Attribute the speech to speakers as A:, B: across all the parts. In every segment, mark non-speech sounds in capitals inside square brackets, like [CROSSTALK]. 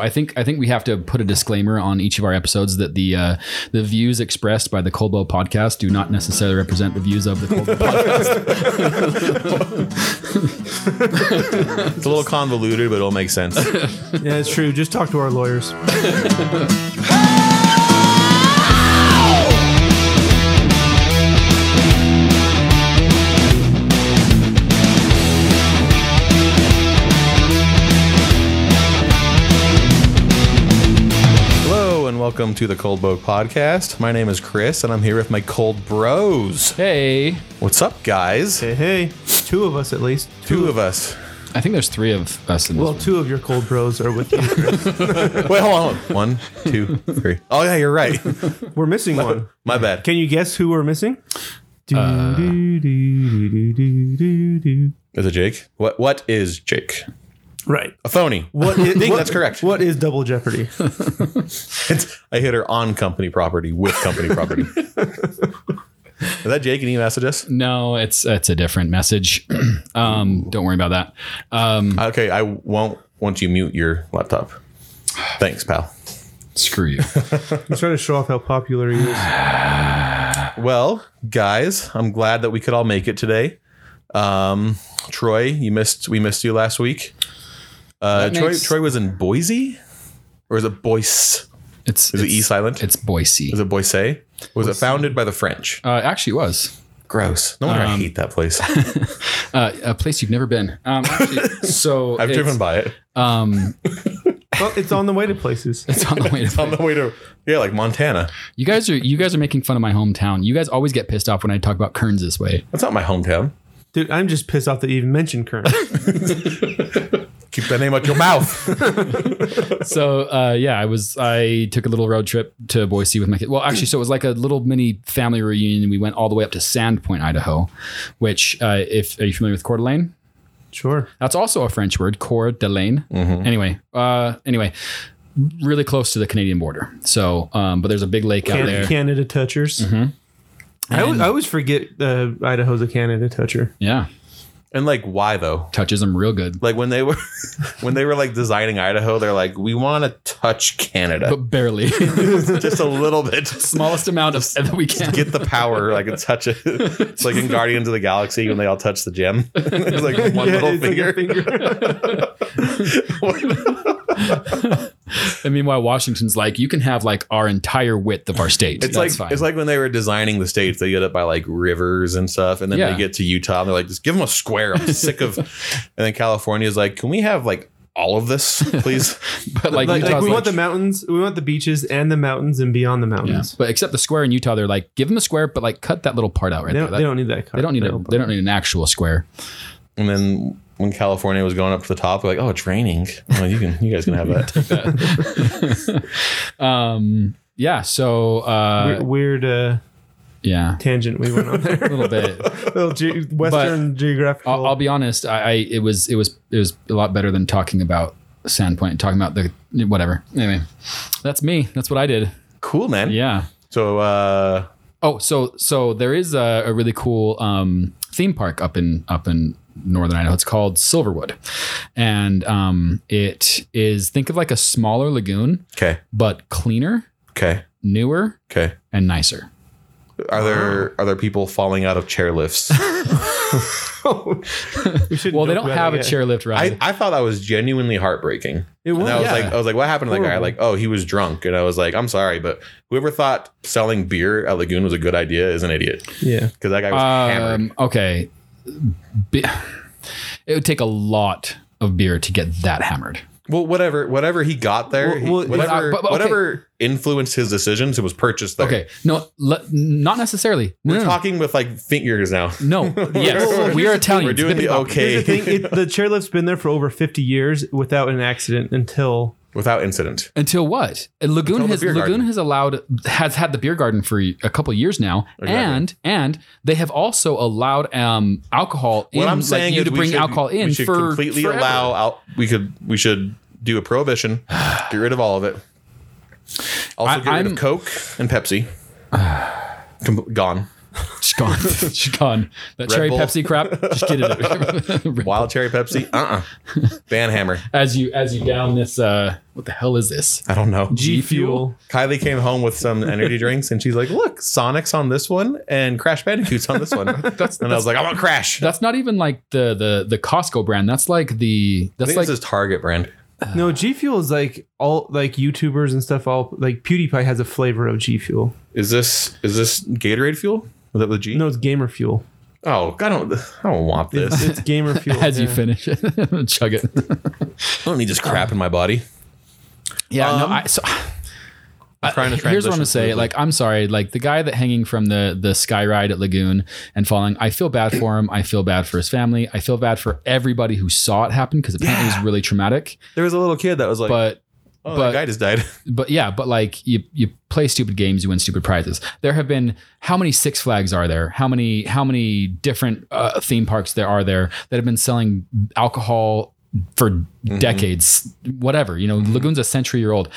A: I think I think we have to put a disclaimer on each of our episodes that the uh, the views expressed by the Coldwell podcast do not necessarily represent the views of the Coldwell
B: [LAUGHS]
A: podcast.
B: it's a little convoluted, but it'll make sense.
C: [LAUGHS] yeah, it's true. Just talk to our lawyers.
B: welcome to the Cold Boat Podcast. My name is Chris, and I'm here with my cold bros.
A: Hey,
B: what's up, guys?
C: Hey, hey, two of us at least.
B: Two, two of
C: [LAUGHS]
B: us.
A: I think there's three of us.
C: well, two of your cold bros are
B: [LAUGHS]
C: with you.
B: Wait, hold on. One, two,
C: [LAUGHS]
B: three. Oh yeah, you're right. [LAUGHS]
C: We're missing
B: my,
C: one.
B: My bad.
C: Can you guess who we're missing? Uh,
B: is it Jake? What? What is Jake?
C: Right.
B: A phony. [LAUGHS]
C: What
B: is, I think what, that's correct.
C: What is double
B: [LAUGHS]
C: jeopardy?
B: I hit her on company property with company
C: [LAUGHS]
B: property. is that Jake? Any message us?
C: Mm.
A: No, it's it's a different message. [CLEARS THROAT] um, don't worry about that. Um,
B: okay, I won't once you mute your laptop. Thanks, pal.
A: Screw
B: [LAUGHS]
A: you.
C: He's trying to show off how popular he is.
B: well, guys, I'm glad that we could all make it today. Um, Troy, you missed we missed you last week. Uh, Troy, makes... Troy was in Boise, or is it Boise?
A: It's
B: is
A: it's,
B: it East Island?
A: It's Boise.
B: Is it Boise? Was Boise. it founded by the French?
A: Uh, actually, was.
B: Gross. No wonder um, I hate that [LAUGHS] place.
A: uh, a place you've never been. Um,
B: [LAUGHS]
A: actually, so
B: I've driven by it.
A: Um,
C: well, it's on the way to places.
A: It's on the way.
B: [LAUGHS] it's
A: to
B: on the way to yeah, like Montana.
A: You guys are you guys are making fun of my hometown. You guys always get pissed off when I talk about Kearns this way.
B: That's not my hometown.
C: Dude, I'm just pissed off that you even mentioned
B: [LAUGHS]
C: Kearns.
B: Keep that name out your mouth. [LAUGHS]
A: so uh, yeah, I was I took a little road trip to Boise with my kid. Well, actually, so it was like a little mini family reunion. We went all the way up to Sandpoint, Idaho, which uh, if are you familiar with Coeur d'Alene?
C: Sure,
B: Oh,
A: that's also a French word, Coeur d'Alene. Mm-hmm. Anyway, uh, anyway really close to the Canadian border. So, um, but there's a big lake
C: Canada,
A: out there.
C: Canada touchers. Mm-hmm. I, always, I, always, forget uh, Idaho's a Canada toucher.
A: Yeah.
B: And like, why though?
A: Touches them real good.
B: Like when they were, [LAUGHS] when they were like designing Idaho, they're like, we want to touch Canada,
A: but barely, [LAUGHS]
B: [LAUGHS] just a little bit,
A: smallest amount of that we can.
B: get the power, like and touch it. It's like [LAUGHS] in Guardians of the Galaxy when they all touch the gem. [LAUGHS] it's like one yeah,
C: [LAUGHS]
B: little finger.
A: Like finger. and meanwhile, Washington's like, you can have like our entire width of our state.
B: It's That's like fine. it's like when they were designing the states, they get up by like rivers and stuff, and then yeah. they get to Utah and they're like, just give them a square. I'm sick [LAUGHS] of. And then California's like, can we have like all of this, [LAUGHS] please?
C: but like, like, like we like, want the mountains, we want the beaches and the mountains and beyond the mountains.
A: Yeah. But except the square in Utah, they're like, give them a square, but like cut that little part out right
C: they
A: there.
C: That, they don't need that.
A: They don't need a, They don't need an actual square.
B: And then when California was going up to the top, we're like, oh, it's raining. Well, you can, you guys can have [LAUGHS] that.
A: um, yeah. So uh,
C: weird. Uh,
A: yeah. [LAUGHS]
C: Tangent we went on there
A: a little bit.
C: a little ge- Western but
A: [LAUGHS]
C: geographical.
A: I'll, I'll, be honest. I, I it was it was it was a lot better than talking about Sandpoint. Talking about the whatever. Anyway, that's me. That's what I did.
B: Cool, man.
A: Yeah.
B: So. uh
A: Oh, so so there is a, a really cool um, theme park up in up in northern Idaho. It's called Silverwood, and um, it is think of like a smaller lagoon,
B: okay,
A: but cleaner,
B: okay,
A: newer,
B: okay,
A: and nicer.
B: Are there are there people falling out of chairlifts?
A: Oh.
C: [LAUGHS]
A: well, they don't have a chairlift ride.
B: I, I, thought that was genuinely heartbreaking. It was. And I was yeah. like, I was like, what happened to that guy? Like, oh, he was drunk, and I was like, I'm sorry, but whoever thought selling beer at Lagoon was a good idea is an idiot.
C: Yeah,
B: because that guy was um, hammered.
A: Okay, Be- it would take a lot of beer to get that hammered.
B: Well, whatever, whatever he got there, well, he, whatever, but, but, okay. whatever influenced his decisions, it was purchased there.
A: Okay, no, le- not necessarily.
B: We're
A: no,
B: talking no. with like fingers now.
A: No,
B: [LAUGHS]
A: yes, well, we are Italian.
B: We're doing the okay.
C: The, thing, it, the chairlift's been there for over fifty years without an accident until
B: without incident.
A: Until what? Lagoon Until has Lagoon garden. has allowed has had the beer garden for a couple years now,
B: Oh,
A: exactly. and and they have also allowed um alcohol.
B: What
A: in,
B: I'm saying
A: like,
B: is
A: to bring
B: should,
A: alcohol in
B: should
A: for
B: completely
A: forever.
B: allow out. We could we should do a
A: [SIGHS]
B: prohibition, get rid of all of it. [SIGHS] Also, I, get rid I'm, of Coke and Pepsi. Com- gone.
A: [LAUGHS] gone. She's gone. That
B: Red
A: cherry
B: Bull.
A: Pepsi crap. Just get it.
B: [LAUGHS]
A: out.
B: Wild cherry
A: [SIGHS]
B: Pepsi? Uh uh Banhammer.
A: as you as you down this, uh, what the hell is this?
B: I don't know.
A: G Fuel.
B: Kylie came home with some energy drinks and she's like, look, Sonic's on this one and Crash Bandicoot's on this
A: [LAUGHS]
B: one. and I was like, I want Crash.
A: That's not even like the the the Costco brand. That's like the
B: I
A: that's
B: think
A: like
B: this is Target brand.
C: No, G
A: Ah.
C: Fuel is like all like YouTubers and stuff. All like PewDiePie has a flavor of G Fuel.
B: Is this is this Gatorade fuel? Is that the G?
C: No, it's Gamer
A: [LAUGHS]
C: Fuel.
B: Oh, I don't I don't want
C: It's,
B: this.
C: it's Gamer
A: [LAUGHS]
C: Fuel.
A: as you
C: yeah.
A: finish it, [LAUGHS] chug it.
B: I don't need this crap in my body.
A: Yeah,
B: Um,
A: no, I, so,
B: I'm trying to
A: I- here's what I'm
B: transition
A: gonna say.
B: smoothly.
A: Like, I'm sorry. Like the guy that hanging from the the sky ride at Lagoon and falling. I feel bad for him. I feel bad for his family. I feel bad for everybody who saw it happen because apparently it was really traumatic.
B: There was a little kid that was like,
A: But
B: oh,
A: but-
B: that guy just died.
A: but yeah, but like you you play stupid games, you win stupid prizes. There have been how many Six Flags are there? How many how many different uh, theme parks there are there that have been selling alcohol for
C: Mm-hmm.
A: decades? Whatever you know, Lagoon's a century year old,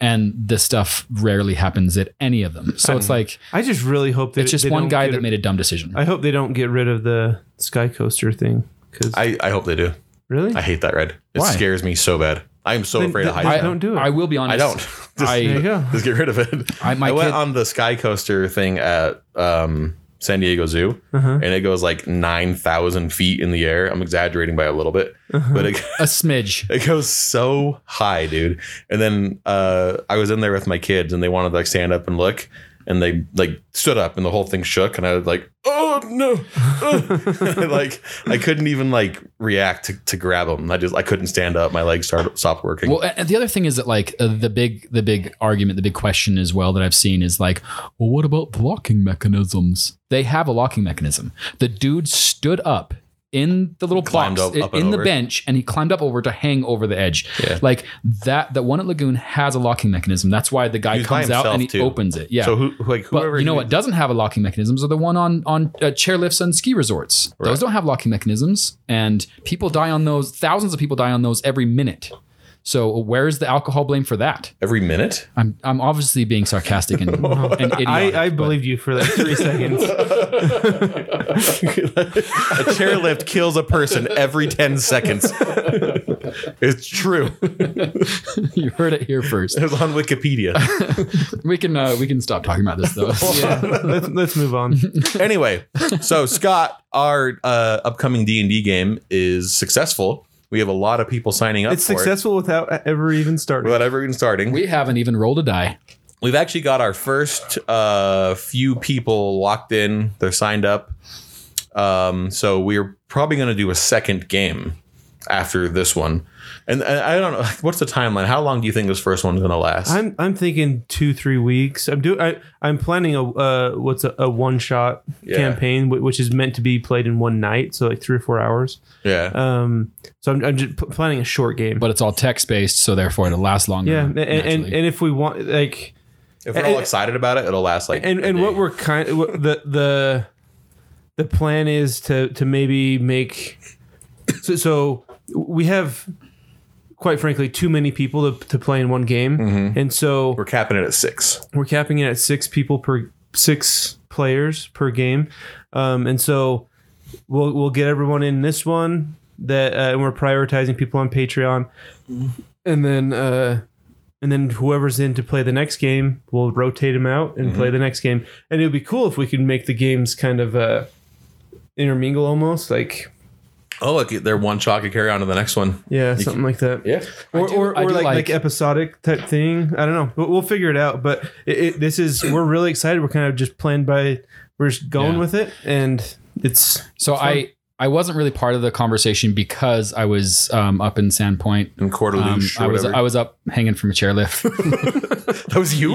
A: and this stuff rarely happens at any of them. So it's like
C: I just really hope that
A: it's just
C: they
A: one
C: don't
A: guy
C: get-
A: that made a dumb decision.
C: I hope they don't get rid of the Sky Coaster thing. Because
B: [LAUGHS] I, I hope they do.
C: really,
B: I hate that ride. It
A: Why?
B: scares me so bad. I am so
C: Then-
B: afraid of
C: then-
B: heights.
C: don't do it.
A: I will be honest.
B: I don't. [LAUGHS] Just,
A: I-
C: there you go.
B: just get rid of it.
A: I-
B: I,
A: my
B: went
A: kid-
B: on the sky coaster thing at um, San Diego Zoo, and it goes like nine thousand feet in the air. I'm exaggerating by a little bit, but it,
A: A smidge.
B: it goes so high, dude. And then uh, I was in there with my kids, and they wanted to like stand up and look. And they like stood up, and the whole thing shook, and I was like, "Oh no!" [LAUGHS] uh." like I couldn't even like react to, to grab them. I just I couldn't stand up. My legs started stopped working.
A: Well, and the other thing is that like uh, the big the big argument, the big question as well that I've seen is like, well, what about the locking mechanisms? They have a locking mechanism. The dude stood up in the little
B: Climbed
A: box
B: up- up
A: in
B: and
A: the
B: over.
A: bench and he climbed up over to hang over the edge.
B: Yeah.
A: Like that the one at Lagoon has a locking mechanism. That's why the guy
B: He was by
A: comes out
B: himself,
A: and he
B: too.
A: opens it. Yeah.
B: So who like whoever
A: But you know
B: you-
A: what doesn't have a locking mechanisms are the one on on uh, chairlifts and ski resorts. Those don't have locking mechanisms, and people die on those. Thousands of people die on those every minute. So where is the alcohol blame for that?
B: every minute.
A: I'm I'm obviously being sarcastic
C: [LAUGHS]
A: and, and idiotic.
C: I, I
A: but-
C: believed you for
B: [LAUGHS]
C: like three seconds.
B: a chairlift kills a person every 10 seconds. [LAUGHS] it's true.
A: [LAUGHS]
B: It
A: you heard it here first.
B: was on Wikipedia.
A: We can uh, we can stop talking about this though.
C: [LAUGHS] yeah, let's let's move on.
B: Anyway, so Scott, our uh, upcoming D&D game is successful. We have a lot of people signing up
C: It's
B: for it.
C: successful without e-, ever even starting.
B: Without ever even starting.
A: We haven't even rolled a die.
B: We've actually got our first uh, few people locked in. They're signed up. Um, so we're probably going to do a second game after this one. And, and I don't know what's the timeline. How long do you think this first one's going to last?
C: I'm I'm thinking two three weeks. I'm doing I I'm planning a uh what's a, a one shot
B: Yeah.
C: campaign wh- which is meant to be played in one night, so like three or four hours.
B: yeah.
C: Um, so I'm I'm just p- planning a short game.
A: But it's all text based, so therefore it'll last longer.
B: Mm-hmm.
C: yeah, and, and
A: naturally.
C: and if we want like
B: if we're all excited about it, it'll last like.
C: and
B: a
C: and what
B: day.
C: we're kind what the the the plan is to to maybe make so so we have quite frankly too many people to, to play in one game and so
B: we're capping it at six.
C: we're capping it at six people per six players per game, um, and so we'll we'll get everyone in this one that uh, and we're prioritizing people on Patreon, and then uh, and then whoever's in to play the next game, we'll rotate them out and play the next game, and it would be cool if we could make the games kind of uh, intermingle almost like
B: Oh look, they're one shot could carry on to the next one.
C: yeah something like that
B: Yeah.
C: or,
A: do-
C: or,
A: I
C: or
A: do
C: like, like
A: like-
C: episodic type thing. I don't know. We'll, we'll figure it out. But it, it, this is we're really excited. We're kind of just planned by we're just going
A: Yeah.
C: with it, and it's
A: so I I wasn't really part of the conversation because I was um, up in Sandpoint.
B: And
A: Um,
B: Quarterloosh.
A: I
B: or
A: was
B: whatever.
A: I was up hanging from a chairlift.
B: [LAUGHS] that was
A: [LAUGHS]
B: you.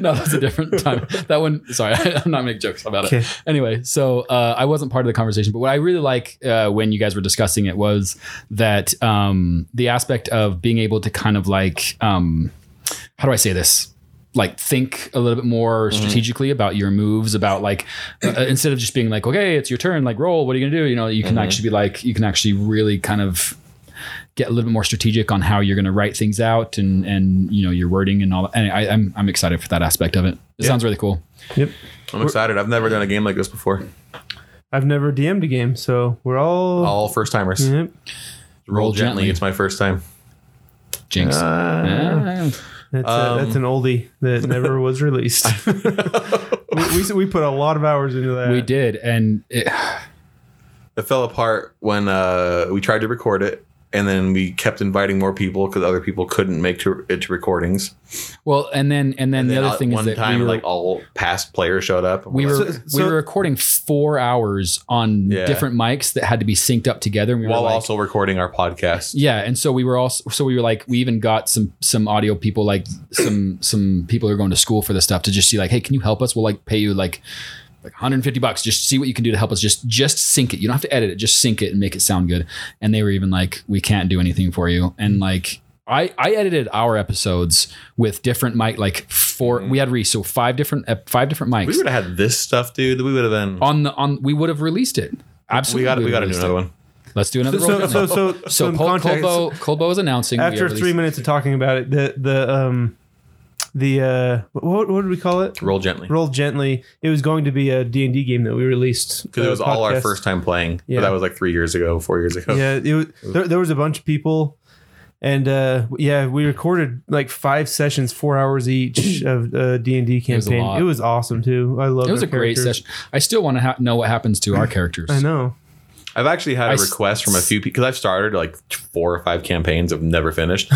A: no, that's a different time. That one, sorry, [LAUGHS] I'm not making jokes about
C: Okay.
A: it. Anyway, so uh, I wasn't part of the conversation, but what I really like uh, when you guys were discussing it was that um, the aspect of being able to kind of like, um, how do I say this? Like think a little bit more strategically about your moves, about like uh, instead of just being like, okay, it's your turn, like roll, what are you gonna do? You know, you can actually be like, you can actually really kind of get a little bit more strategic on how you're going to write things out and and you know your wording and all. That. And I, I'm I'm excited for that aspect of it. It sounds really cool.
C: Yep.
B: I'm excited. I've never done a game like this before.
C: I've never DM'd a game, so we're all.
B: All first timers.
C: Yep.
B: Roll,
A: Mm-hmm. Roll
B: gently.
A: gently.
B: It's my first time.
A: Jinx.
B: Uh,
A: Ah.
C: That's, a, that's
A: Um,
C: an oldie
A: [LAUGHS]
C: that never was released. [LAUGHS] we, we, we put a lot of hours into that.
A: we did, and it,
B: It fell apart when uh, we tried to record it, and then we kept inviting more people because other people couldn't make to, it to recordings.
A: well, and then and then, the
B: then
A: other
B: at
A: thing
B: one
A: is that
B: time,
A: we were,
B: like all past players showed up. and
A: we
B: we're
A: were
B: like,
C: So- so-
A: we were recording four hours on
B: Yeah.
A: different mics that had to be synced up together. And we
B: while
A: were like,
B: also recording our podcast.
A: yeah, and so we were also so we were like we even got some some audio people like some some people who are going to school for this stuff to just see like hey can you help us we'll like pay you like like 150 bucks just see what you can do to help us just just sync it you don't have to edit it just sync it and make it sound good and they were even like we can't do anything for you and like I, I edited our episodes with different mic like 4 we had re so five different ep- five different mics
B: Mm-hmm. We would have had this stuff, dude. We would have been.
A: on the on we would have released it.
B: we
A: Absolutely,
B: got. We got to do
A: released
B: another
A: it.
B: one.
A: Let's do
C: So,
A: another.
C: so,
A: one.
C: so,
A: so,
C: so, some
A: Col-
C: context.
A: Colbo Colbo is announcing we
C: After
A: have
C: three
A: released-
C: minutes of talking about it, the the um the uh what what did we call it?
B: Roll gently
C: Roll gently. It was going to be a D and D game that we released
B: because it
C: uh,
B: was all our
C: podcast.
B: first time playing.
C: Yeah.
B: But that was like three years ago, four years ago.
C: Yeah, it was, there, there was a bunch of people, and uh, yeah, we recorded like five sessions, four
A: [CLEARS THROAT]
C: hours each of D and D
A: was a
C: campaign.
A: lot.
C: It was awesome too. I love
A: It was a
C: their
A: great
C: characters.
A: session. I still want to ha- know what happens to our characters.
C: I know.
B: I've actually had
A: I
B: a
A: s-
B: request from a few people because I've started like four or five campaigns I've never [LAUGHS] finished,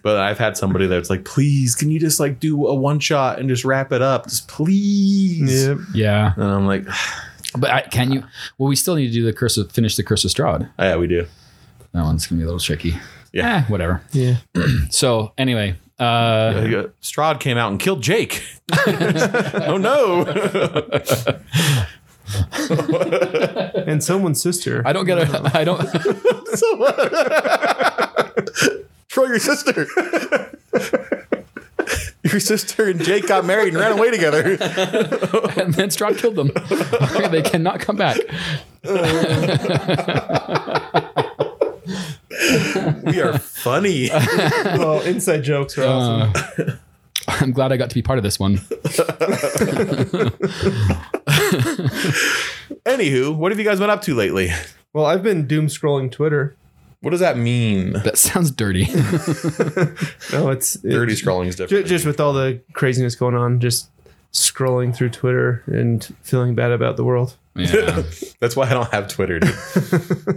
B: but I've had somebody that's like, "Please, can you just like do a one shot and just wrap it up, just please?"
C: Yep.
A: Yeah,
B: And I'm like, "Ah,
A: but I, can you? Well, we still need to do the curse of finish the curse of Strahd.
B: "Yeah, we do."
A: That one's gonna be a little tricky.
B: Yeah.
A: Eh, whatever.
C: Yeah.
A: So anyway, uh,
B: Uh, Strahd came out and killed [LAUGHS] Jake. oh no!
C: And someone's sister.
A: I don't get a. [LAUGHS] I don't.
B: Troy, your [LAUGHS] sister. your sister and Jake got married and ran away together.
A: and then Strahd killed them. [LAUGHS] they cannot come back.
B: We are [LAUGHS] funny.
C: [LAUGHS] well, inside jokes are awesome.
A: Uh, I'm glad I got to be part of this one.
B: Anywho, what have you guys been up to lately?
C: Well, I've been doom scrolling Twitter.
B: What does that mean?
A: That sounds dirty. [LAUGHS]
C: No, Oh, it's it-
B: Dirty scrolling is
C: ju-
B: different.
C: just with all the craziness going on, just scrolling through Twitter and feeling bad about the world.
A: Yeah.
B: That's why I don't have Twitter. Dude.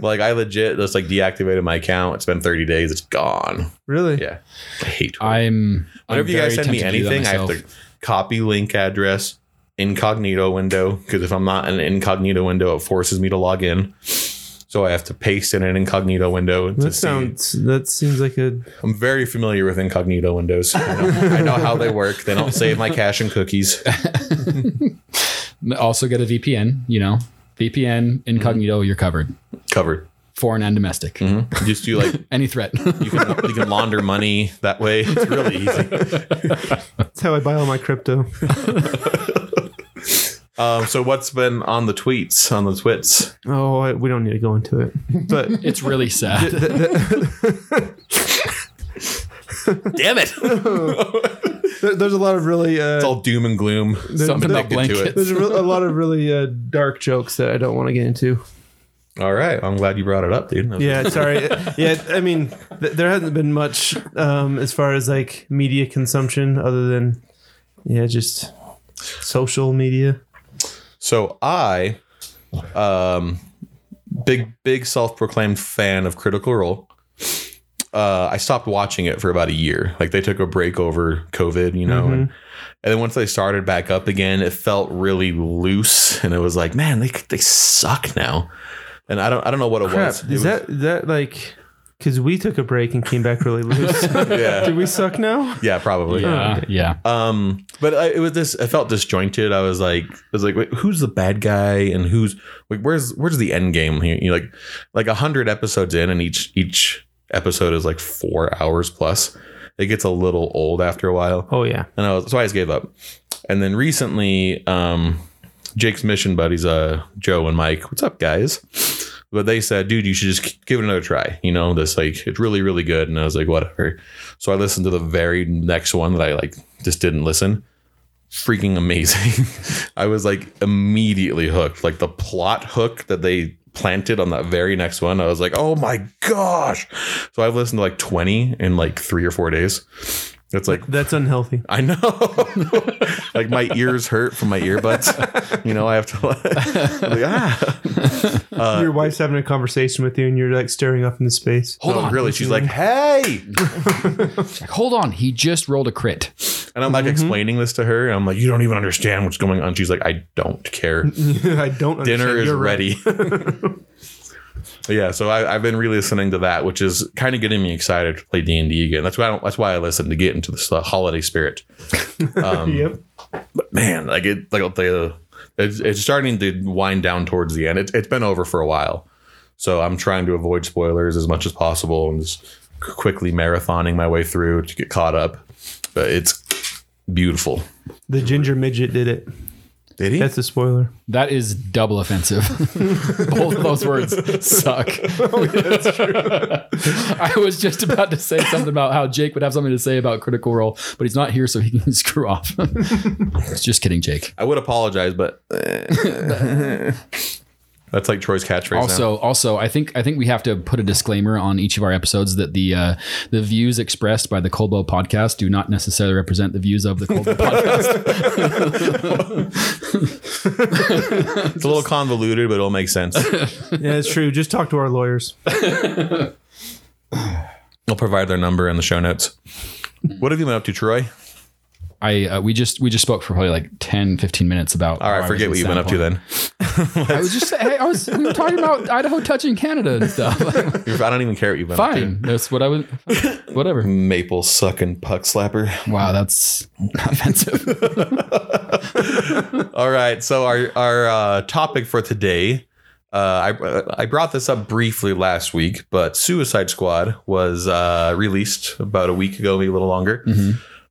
A: [LAUGHS]
B: like I legit just like deactivated my account. It's been 30 days. It's gone.
C: Really?
B: Yeah, I hate Twitter.
A: I'm.
B: Whenever
A: I'm
B: you guys
A: very
B: send me
A: tempted to do that
B: anything, I have
A: myself.
B: to copy link address incognito window because if I'm not in an incognito window, it forces me to log in. So I have to paste in an incognito window. To
C: That
B: see.
C: sounds. That seems like a.
B: I'm very familiar with incognito windows. I know, I know how they work. They don't save my cache and cookies.
A: also get a VPN, you know, VPN, incognito,
B: Mm-hmm.
A: you're covered,
B: Covered.
A: foreign and domestic.
B: Just do like
A: Any threat. [LAUGHS]
B: you can, you can launder money that way. It's really easy.
C: That's how I buy all my crypto.
B: Um, so what's been on the tweets on the twits?
C: [LAUGHS] Oh, I, we don't need to go into it. But [LAUGHS]
A: it's really sad.
B: Damn it! it's
C: [LAUGHS] there, there's a lot of really. Uh,
B: all doom and gloom.
C: there-
A: Something
C: there-
A: about
B: addicted to
A: blankets.
B: it.
C: there's a, re- a lot of really uh, dark jokes that I don't want to get into.
B: All right, I'm glad you brought it up, dude.
C: Yeah, [LAUGHS] sorry. yeah, I mean, th- there hasn't been much um, as far as like media consumption other than, yeah, just social media.
B: So I, um, big big self proclaimed fan of Critical Role. Uh, I stopped watching it for about a year. Like they took a break over COVID, you know, and,
C: Mm-hmm.
B: and then once they started back up again, it felt really loose, and it was like, man, they they suck now. And I don't I don't know what it
C: Crap,
B: was. It was-
C: is that that like? Because we took a break and came back
A: [LAUGHS]
C: really loose.
B: [LAUGHS] yeah
C: Do we suck now?
B: yeah probably
A: Oh, yeah. Yeah.
B: Um, but I, it was this. I felt disjointed. I was like, I was like, wait, who's the bad guy and who's like, where's where's the end game here? You know, like, like a hundred episodes in, and each each episode is like four hours plus. It gets a little old after a while,
C: Oh yeah,
B: and I was, so I just gave up. And then recently, um, Jake's mission buddies, uh, Joe and Mike, what's up, guys? But they said, dude, you should just give it another try. You know, this like it's really, really good. And I was like, whatever. So I listened to the very next one that I like just didn't listen. Freaking amazing. [LAUGHS] I was like immediately hooked. Like the plot hook that they planted on that very next one, I was like, oh my gosh. So I've listened to like 20 in like three or four days. It's like
C: That's unhealthy.
B: I know. like my ears hurt from my earbuds. [LAUGHS] You know, I have to like, like, ah.
A: Uh,
C: Your wife's having a conversation with you, and you're like staring up into space.
A: Oh,
B: Hold on, really? She's like, hey.
A: Like, Hold on, he just rolled a crit.
B: And I'm like explaining this to her. And I'm like, you don't even understand what's going on. She's like, I don't care.
C: [LAUGHS] I don't. Understand.
B: Dinner is
C: You're right.
B: ready. yeah, so I, I've been re-listening to that, which is kind of getting me excited to play D and D again. That's why I don't, that's why I listen to get into this uh, holiday spirit.
C: Yep.
B: man, like it, like the, it's, it's starting to wind down towards the end. It's it's been over for a while, so I'm trying to avoid spoilers as much as possible and just quickly marathoning my way through to get caught up. But it's beautiful.
C: The ginger midget did it.
B: Did he?
C: That's a spoiler.
A: That is double [LAUGHS] offensive. Both of those words [LAUGHS] suck. Oh, [LAUGHS] I was just about to say something about how Jake would have something to say about Critical Role, but he's not here, so he can [LAUGHS] screw off. just kidding, Jake.
B: I would apologize, but eh. that's like Troy's catchphrase. now.
A: Also, also, I think I think we have to put a disclaimer on each of our episodes that the uh, the views expressed by the Coldwell podcast do not necessarily represent the views of the [LAUGHS] Coldwell podcast.
B: it's a little convoluted, but it'll make sense.
C: Yeah, it's true. Just talk to our lawyers.
B: I'll provide their number in the show notes. What have you been up to, Troy?
A: I uh, we just we just spoke for probably like 10, 15 minutes about.
B: All right, forget what you've been up to then.
A: I was just saying, hey, I was we were talking about
B: [LAUGHS]
A: Idaho touching Canada and stuff.
B: I don't even care what you've been up to.
A: Fine, that's what I would.
B: Mm.
A: Whatever.
B: Maple sucking puck slapper.
A: Wow, that's [LAUGHS] offensive.
B: All right. So our our uh, topic for today, uh, I I brought this up briefly last week, but Suicide Squad was uh, released about a week ago, maybe a little longer.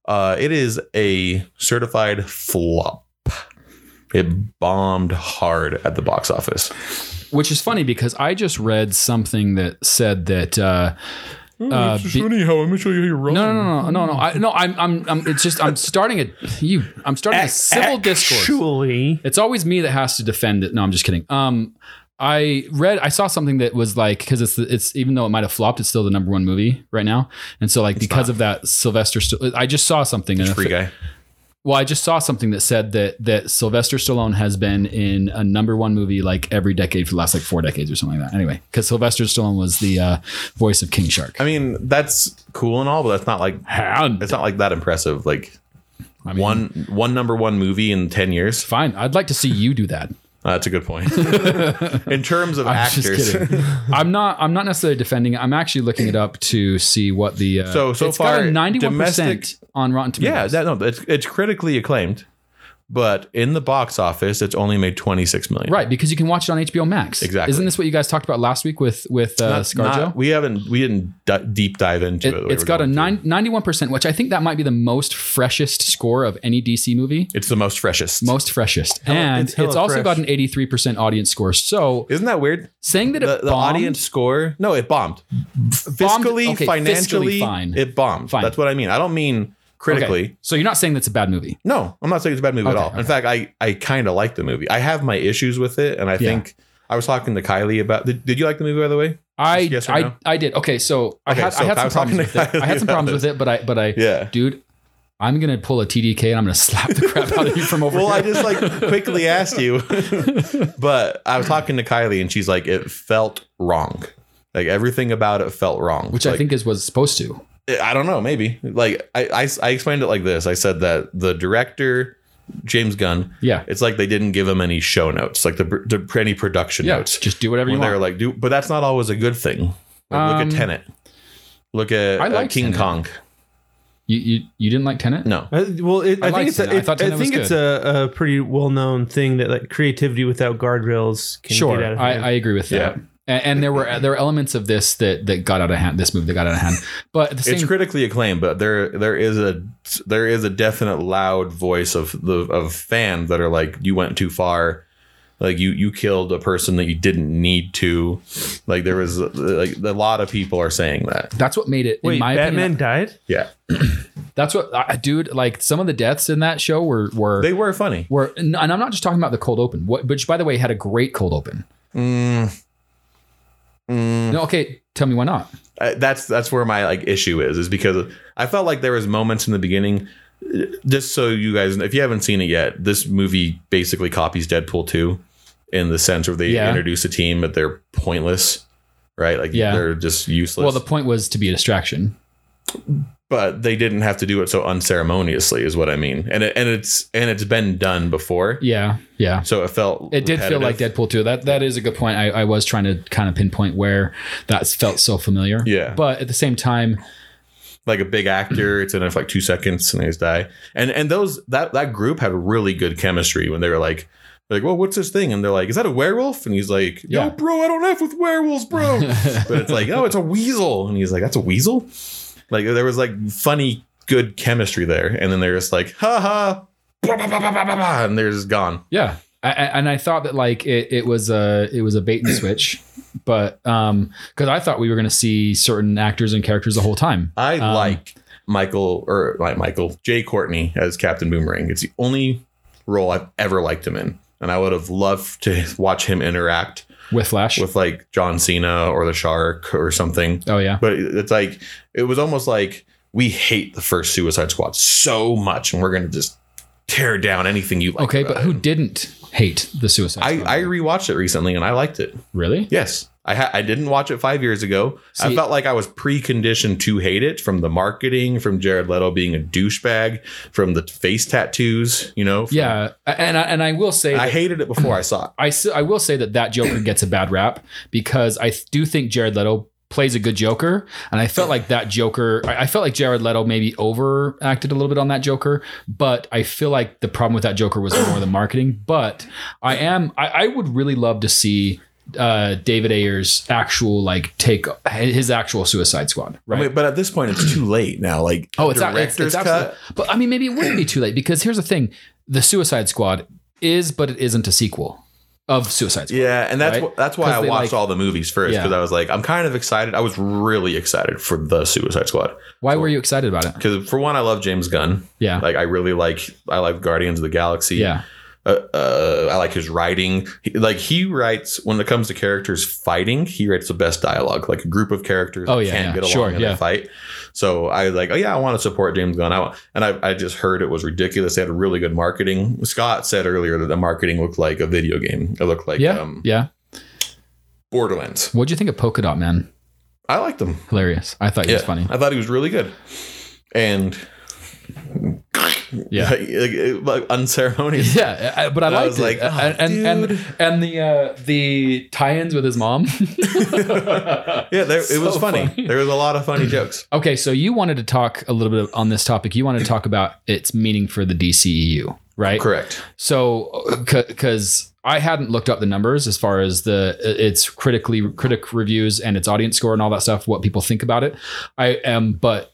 B: Uh, it is a certified flop. It bombed hard at the box office.
A: Which is funny because I just read something that said that. Uh, uh, be-
B: funny how I'm gonna show you how you're wrong.
A: no, no, no, no, no, no. I, no, I'm, I'm, I'm. It's just I'm starting a you. I'm starting a civil discourse.
C: Actually,
A: It's always me that has to defend it. No, I'm just kidding. Um, I read, I saw something that was like because it's it's even though it might have flopped, it's still the number one movie right now. And so like because of that, Sylvester. St- I just saw something. and I
B: Free
A: fi-
B: guy.
A: Well, I just saw something that said that that Sylvester Stallone has been in a number one movie like every decade for the last like four decades or something like that. Anyway, because Sylvester Stallone was the uh, voice of King Shark.
B: I mean, that's cool and all, but that's not like
A: And-
B: it's not like that impressive. Like
A: I mean,
B: one one number one movie in ten years.
A: fine. I'd like to see you do that.
B: Uh, that's a good [LAUGHS] point. in terms of
A: I'm
B: actors,
A: just
B: [LAUGHS]
A: kidding. I'm not. I'm not necessarily defending. it. I'm actually looking it up to see what the uh,
B: So- so
A: it's got
B: far,
A: a 91 percent
B: domestic-
A: on Rotten Tomatoes.
B: yeah, that, no, it's it's critically acclaimed, but in the box office, it's only made twenty six million.
A: right because you can watch it on HBO Max.
B: Exactly.
A: Isn't this what you guys talked about last week with with uh, ScarJo?
B: Not- we haven't we didn't d- deep dive into it.
A: it,
B: the way
A: has
B: we're
A: got a
B: going to.
A: nine, 91%, which I think that might be the most freshest score of any DC movie.
B: It's the most freshest.
A: Most freshest. and
C: it's
A: it's,
C: hella
A: also
C: fresh.
A: got an 83% audience score. So
B: Isn't that weird?
A: saying that it
B: The, the
A: bombed-
B: audience score? No, it bombed. Fiscally,
A: okay, fiscally,
B: financially,
A: fine.
B: it bombed.
A: Fine.
B: That's what I mean. I don't mean
A: Okay,
B: critically.
A: So you're not saying that's a bad movie.
B: No, I'm not saying it's a bad movie
A: Okay,
B: at all. In fact, I I kind of like the movie. I have my issues with it, and I think I was talking to Kylie about. Did, did you like the movie by the way?
A: I,
B: yes or
A: I,
B: no?
A: I did. Okay. So I
B: Okay,
A: had, I
B: so
A: had
B: I
A: some
B: was
A: problems with
B: talking to [LAUGHS]
A: it. I had some
B: Kylie
A: problems with it, but I, but I,
B: Yeah.
A: dude, I'm going to pull a TDK and I'm going to slap the crap out of you from over
B: Well,
A: here.
B: I
A: [LAUGHS]
B: just like quickly asked you, but I was talking to Kylie, and she's like, it felt wrong. Like everything about it felt wrong.
A: which I
B: Like,
A: think is was supposed to.
B: I don't know. Maybe like I, I I explained it like this. I said that the director. James Gunn.
A: Yeah.
B: It's like they didn't give him any show notes, like the, pr- the any production
A: Yeah.
B: notes.
A: Just do whatever you
B: when they were
A: want.
B: like, "Do," but that's not always a good thing. Like, look
A: Um,
B: at Tenet. Look at
A: I
B: uh,
A: like
B: King
A: Tenet.
B: Kong.
A: You, you, you didn't like Tenet?
B: No,
C: I, well, it, I,
A: liked
C: think it's
A: Tenet. I
C: a, it, I
A: thought Tenet was
C: think it's
A: good.
C: a, a pretty well known thing that like creativity without guardrails can
A: sure
C: get out of
A: I,
C: hand.
A: I agree with that
B: Yeah.
A: and, and there were there were elements of this that that got out of hand this movie that got out of hand but at the
B: it's
A: same
B: critically acclaimed, but there there is a there is a definite loud voice of the of fans that are like, "You went too far." like you you killed a person that you didn't need to. Like there was uh, like a lot of people are saying that.
A: That's what made it,
C: Wait,
A: in my
C: Batman
A: opinion.
C: died?
B: Yeah,
A: That's what, I, dude. Like some of the deaths in that show were were
B: they were funny.
A: were, and I'm not just talking about the cold open. What, which by the way had a great cold open.
B: Mm.
A: No, okay, tell me why not.
B: I- that's that's where my like issue is is because I felt like there was moments in the beginning. uh, Just so you guys, if you haven't seen it yet, this movie basically copies Deadpool two in the sense where they
A: Yeah.
B: introduce a team, but they're pointless, right? Like
A: Yeah.
B: they're just useless.
A: Well, the point was to be a distraction.
B: but they didn't have to do it so unceremoniously, is what I mean. And it, and it's and it's been done before,
A: Yeah, yeah.
B: so it felt
A: It did feel like
B: repetitive.
A: Deadpool 2. That that is a good point. I, I was trying to kind of pinpoint where that felt so familiar.
B: Yeah.
A: But at the same time,
B: like a big actor. It's in it for like two seconds and they just die. And and those that that group had really good chemistry when they were like they're like, well, what's this thing? And they're like, is that a werewolf? And he's like, yo,
A: Yeah.
B: bro, I don't f with werewolves, bro. but it's like, oh, it's a weasel. And he's like, that's a weasel. Like there was like funny, good chemistry there. And then they're just like, ha ha, blah, blah, blah, blah, blah, blah, blah," and they're just gone.
A: yeah. I, I, and I thought that like it, it was a it was a bait
B: [CLEARS THROAT]
A: and switch, but um because I thought we were gonna see certain actors and characters the whole time.
B: I
A: Um,
B: like Michael or like Michael Jay Courtney as Captain Boomerang. It's the only role I've ever liked him in, and I would have loved to watch him interact
A: with Flash.
B: with like John Cena or the Shark or something.
A: oh yeah.
B: But it's like it was almost like we hate the first Suicide Squad so much, and we're gonna just tear down anything you like.
A: Okay,
B: about
A: but who
B: it.
A: didn't hate the Suicide
B: uh, I
A: Squad?
B: I rewatched it recently and I liked it.
A: really?
B: Yes. I, ha- I didn't watch it five years ago. I
A: See-
B: felt like I was preconditioned to hate it from the marketing, from Jared Leto being a douchebag, from the face tattoos, you know? from-
A: Yeah, and I, and I will say
B: I
A: that-
B: hated it before I saw it.
A: I, s- I will say that that Joker gets a bad rap because I th- do think Jared Leto plays a good Joker, and I felt like that Joker. I, I felt like Jared Leto maybe overacted a little bit on that Joker, but I feel like the problem with that Joker was more the marketing. But I am I, I would really love to see uh David Ayer's actual like take his actual Suicide Squad, right?
B: I mean, but at this point, it's too late now. Like,
A: Oh, it's out- it's,
B: director's
A: it's
B: cut.
A: absolutely. But I mean, maybe it wouldn't be too late because here's the thing: the Suicide Squad is, but it isn't a sequel of Suicide Squad.
B: Yeah, and that's
A: Right?
B: wh- that's why
A: 'Cause
B: I
A: they,
B: watched
A: like-
B: all the movies first
A: Yeah.
B: because I was like, I'm kind of excited. I was really excited for the Suicide Squad
A: Why were you excited about it?
B: because for one, I love James Gunn.
A: Yeah.
B: Like, I really like I like Guardians of the Galaxy.
A: yeah.
B: uh, uh, I like his writing. He, like he writes when it comes to characters fighting, he writes the best dialogue. Like a group of characters
A: Oh,
B: that
A: yeah,
B: can't
A: yeah.
B: get along
A: Sure,
B: in
A: yeah.
B: a fight. So I was like, oh yeah, I want to support James Gunn. I, wa- and I, I just heard it was ridiculous. They had really good marketing. Scott said earlier that the marketing looked like a video game. It looked like
A: yeah.
B: um,
A: yeah.
B: Borderlands.
A: What'd you think of Polka Dot Man?
B: I liked him.
A: Hilarious. I thought he
B: Yeah,
A: was funny. [LAUGHS]
B: I thought he was really good. And
A: Yeah.
B: [LAUGHS] like, like, like
A: [LAUGHS]
B: unceremonious.
A: Yeah, I- but I
B: And I
A: liked
B: was
A: it,
B: like, oh,
A: and, and and and the uh, the tie-ins with his mom. [LAUGHS]
B: Yeah, there, it was
A: So
B: funny.
A: funny.
B: There was a lot of
A: [LAUGHS]
B: funny jokes.
A: okay, so you wanted to talk a little bit on this topic. You wanted to talk about its meaning for the DCEU, right?
B: Correct.
A: So, because I hadn't looked up the numbers as far as the its critically critic reviews and its audience score and all that stuff, what people think about it. I am, but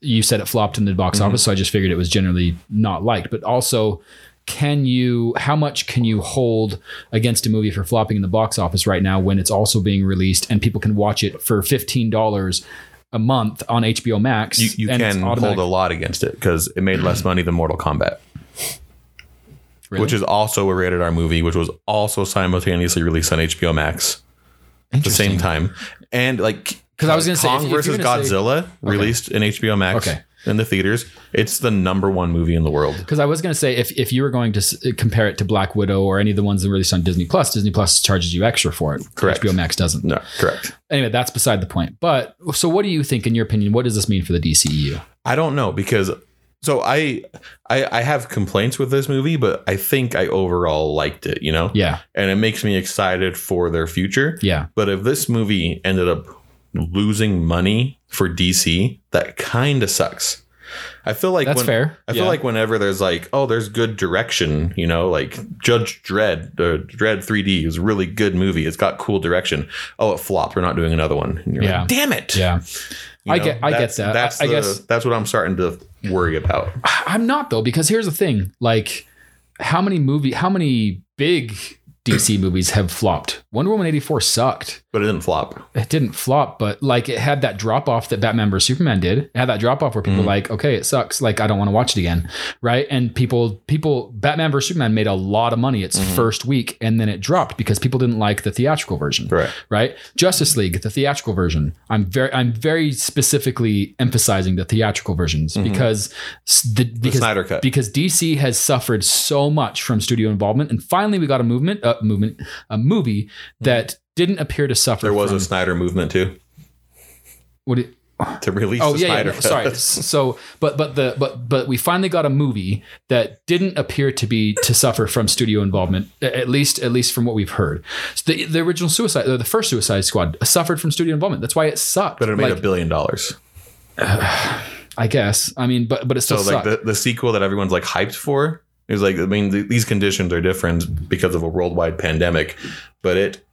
A: you said it flopped in the box
B: Mm-hmm.
A: office, so I just figured it was generally not liked. But also, can you how much can you hold against a movie for flopping in the box office right now when it's also being released and people can watch it for fifteen dollars a month on HBO Max?
B: you, you
A: and
B: can hold a lot against it because it made less money than Mortal Kombat,
A: Really?
B: which is also a rated R movie, which was also simultaneously released on HBO Max at the same time. And like,
A: 'Cause I was gonna say,
B: Kong
A: if- if you're
B: versus
A: gonna say-
B: Godzilla released in HBO Max
A: Okay.
B: in the theaters. It's the number one movie in the world.
A: Because I was going to say, if, if you were going to s- compare it to Black Widow or any of the ones that are released on Disney Plus, Disney Plus charges you extra for it.
B: Correct.
A: HBO Max doesn't.
B: No, correct.
A: Anyway, that's beside the point. But so, what do you think, in your opinion, what does this mean for the E DCEU?
B: I don't know because so I, I I have complaints with this movie, but I think I overall liked it. You know,
A: Yeah.
B: and it makes me excited for their future.
A: Yeah.
B: But if this movie ended up losing money for DC, that kind of sucks. I feel like
A: That's
B: when,
A: fair.
B: I feel
A: Yeah.
B: like whenever there's like, oh, there's good direction, you know, like Judge Dredd, uh, Dredd 3D is a really good movie. It's got cool direction. Oh, it flopped. We're not doing another one. And you're like,
A: Yeah.
B: damn it.
A: Yeah.
B: You
A: I
B: know,
A: get- I get
B: that's-
A: that.
B: That's
A: I- I
B: the-
A: guess-
B: that's what I'm starting to worry about.
A: I'm not, though, because here's the thing like, how many movie, how many big DC movies have flopped. Wonder Woman 84 sucked.
B: but it didn't flop.
A: It didn't flop, but like it had that drop off that Batman vs Superman did. It had that drop off where people
B: Mm.
A: were like, okay, it sucks. Like I don't want to watch it again, right? And people, people, Batman vs Superman made a lot of money its
B: Mm-hmm.
A: first week, and then it dropped because people didn't like the theatrical version
B: Right.
A: right? Justice League, the theatrical version. I'm very, I'm very specifically emphasizing the theatrical versions because s- the, because
B: Mm-hmm. Snyder Cut.
A: because DC has suffered so much from studio involvement, and finally we got a movement, uh, movement, a movie that didn't appear to suffer.
B: Mm. There was
A: from,
B: a Snyder movement too
A: what it-
B: to release
A: oh
B: the
A: yeah, yeah
B: Snyder.
A: no,
B: Cut. [LAUGHS]
A: sorry. S- [LAUGHS] So, but but the but but we finally got a movie that didn't appear to be to suffer from studio involvement, a- at least at least from what we've heard. So the, the original Suicide, the first Suicide Squad, suffered from studio involvement. That's why it sucked.
B: But it made
A: Like,
B: a billion dollars.
A: I guess. I mean, but but it
B: So
A: still
B: like
A: sucked.
B: the, the sequel that everyone's like hyped for is like I mean th- these conditions are different because of a worldwide pandemic, but it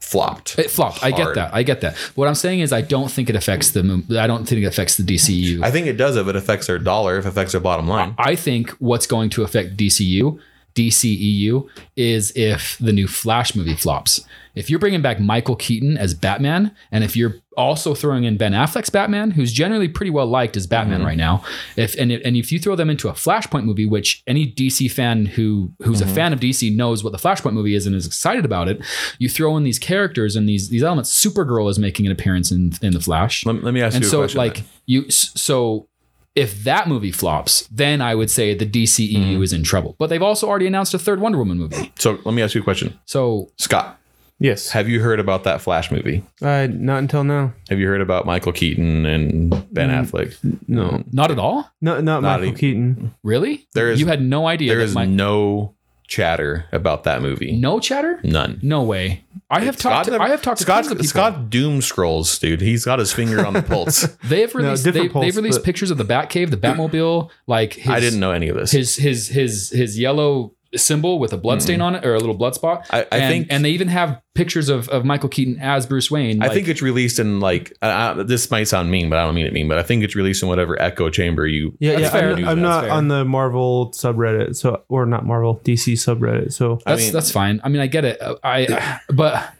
B: flopped.
A: it flopped. I get
B: hard.
A: that. I get that. What I'm saying is, I don't think it affects the. mov- I don't think it affects the DCU.
B: I think it does if it affects their dollar, if it affects their bottom line.
A: I think what's going to affect DCU, DCEU, E is if the new Flash movie flops. If you're bringing back Michael Keaton as Batman, and if you're also throwing in Ben Affleck's Batman, who's generally pretty well liked as Batman right now, if and, if- and if you throw them into a Flashpoint movie, which any DC fan who who's a fan of DC knows what the Flashpoint movie is and is excited about it, you throw in these characters and these these elements. Supergirl is making an appearance in in the Flash
B: Let, let me ask
A: and
B: you a
A: so
B: question.
A: like you s- so if that movie flops then i would say the dceu
B: Mm-hmm.
A: is in trouble but they've also already announced a third wonder woman movie
B: so let me ask you a question,
A: so
B: Scott.
C: Yes.
B: Have you heard about that Flash movie?
C: Uh, not until now.
B: Have you heard about Michael Keaton and Ben
A: Mm,
B: Affleck?
C: No.
A: not at all
C: Not not, Michael
B: even- Mm.
C: Keaton.
A: really
B: There is-
A: you had no idea
B: There
A: that
B: is
A: my-
B: no chatter about that movie.
A: no chatter
B: None.
A: no way i have talked to,
B: never-
A: i have talked to
B: Scott,
A: tons of people.
B: Scott doom scrolls, dude. He's got his finger on
A: [LAUGHS]
B: the pulse.
A: they've released
C: different
A: they,
C: pulse,
A: have released
C: but-
A: pictures of the batcave the batmobile like his,
B: I didn't know any of this.
A: his his his his yellow symbol with a blood stain on it or a little blood spot
B: Mm-hmm. I- I
A: and,
B: think-
A: and they even have pictures of of michael keaton as bruce wayne
B: I think it's released in like I, I, this might sound mean, but I don't mean it mean. But I think it's released in whatever echo chamber you.
C: Yeah,
A: That's
C: yeah.
A: fair.
C: I'm, I'm
B: That's
C: not
A: fair.
C: on the Marvel subreddit, so or not Marvel DC subreddit. So
A: That's
B: mean-
A: that's fine. I mean, I get it. Uh, I [SIGHS] but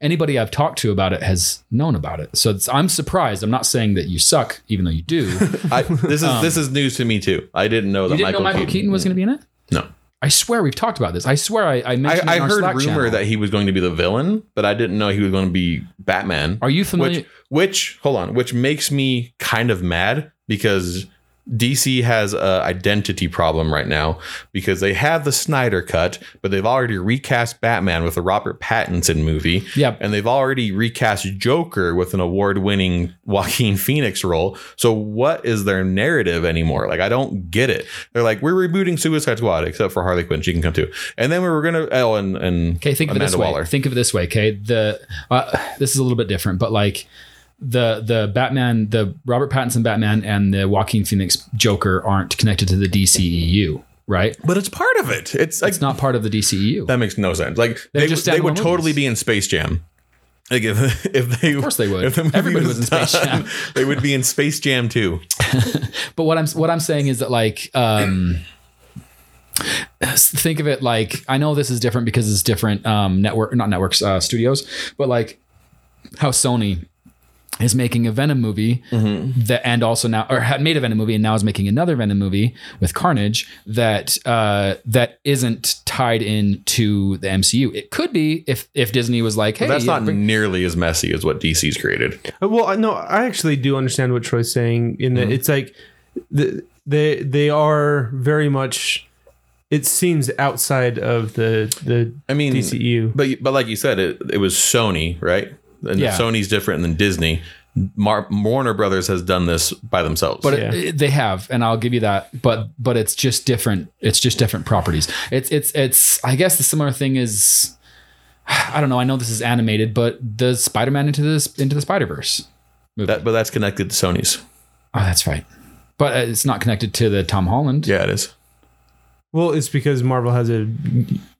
A: anybody I've talked to about it has known about it. So it's, I'm surprised. I'm not saying that you suck, even though you
B: [LAUGHS]
A: do. you
B: [LAUGHS] I, this is this is news to me too. I didn't know that
A: Um, didn't
B: Michael, Mm-hmm.
A: know Michael Keaton, was going to be in it.
B: No,
A: I swear we've talked about this. I swear I, I mentioned.
B: I,
A: it
B: I
A: in our
B: heard
A: Slack
B: rumor
A: channel.
B: that he was going to be the villain, but I didn't know he was going to be Batman.
A: Are you familiar?
B: which which hold on, which makes me kind of mad because DC has a identity problem right now because they have the Snyder cut, but they've already recast Batman with a Robert Pattinson movie.
A: yeah,
B: And they've already recast Joker with an award-winning [LAUGHS] Joaquin Phoenix role. So what is their narrative anymore? Like I don't get it. They're like, we're rebooting Suicide Squad, except for Harley Quinn. She can come too. And then we were gonna oh and and
A: Okay, think of it
B: Amanda
A: this way.
B: Waller.
A: Think of it this way. Okay, the uh, this is a little bit different, but like the the Batman, the Robert Pattinson Batman and the Joaquin Phoenix Joker aren't connected to the DCEU, right?
B: but it's part of it. It's like
A: It's not part of the E DCEU.
B: That makes no sense. Like
A: They're
B: they,
A: just
B: they would
A: standalone
B: totally
A: movies.
B: be in Space Jam. Like if, [LAUGHS] if they, of
A: course they would.
B: If the movie
A: Everybody was in Space
B: done,
A: Jam.
B: [LAUGHS] they would be in Space Jam too.
A: but what I'm what I'm saying is that like um think of it like I know this is different because it's different um network not networks uh studios but like how Sony is making a Venom movie
B: Mm-hmm.
A: that and also now or had made a Venom movie and now is making another Venom movie with Carnage that uh that isn't tied in to the MCU. It could be if if Disney was like hey
B: That's
A: yeah,
B: not
A: bring-
B: nearly as messy as what DC's created.
C: Uh, Well, I- no, I actually do understand what Troy's saying. In
B: Mm-hmm.
C: that it's like the, they they are very much. It seems outside of the the E
B: I mean,
A: E
C: DCU.
B: but but like you said, it, it was Sony, right? And
A: Yeah.
B: Sony's different than Disney. Mar- Warner Brothers has done this by themselves.
A: but
C: Yeah.
A: it, they have and i'll give you that but but it's just different it's just different properties it's it's it's i guess the similar thing is [SIGHS] i don't know i know this is animated but the spider-man into this into the spider-verse
B: that, but that's connected to Sony's.
A: oh that's right but uh, it's not connected to the tom holland
B: Yeah, it is.
C: well, it's because Marvel has a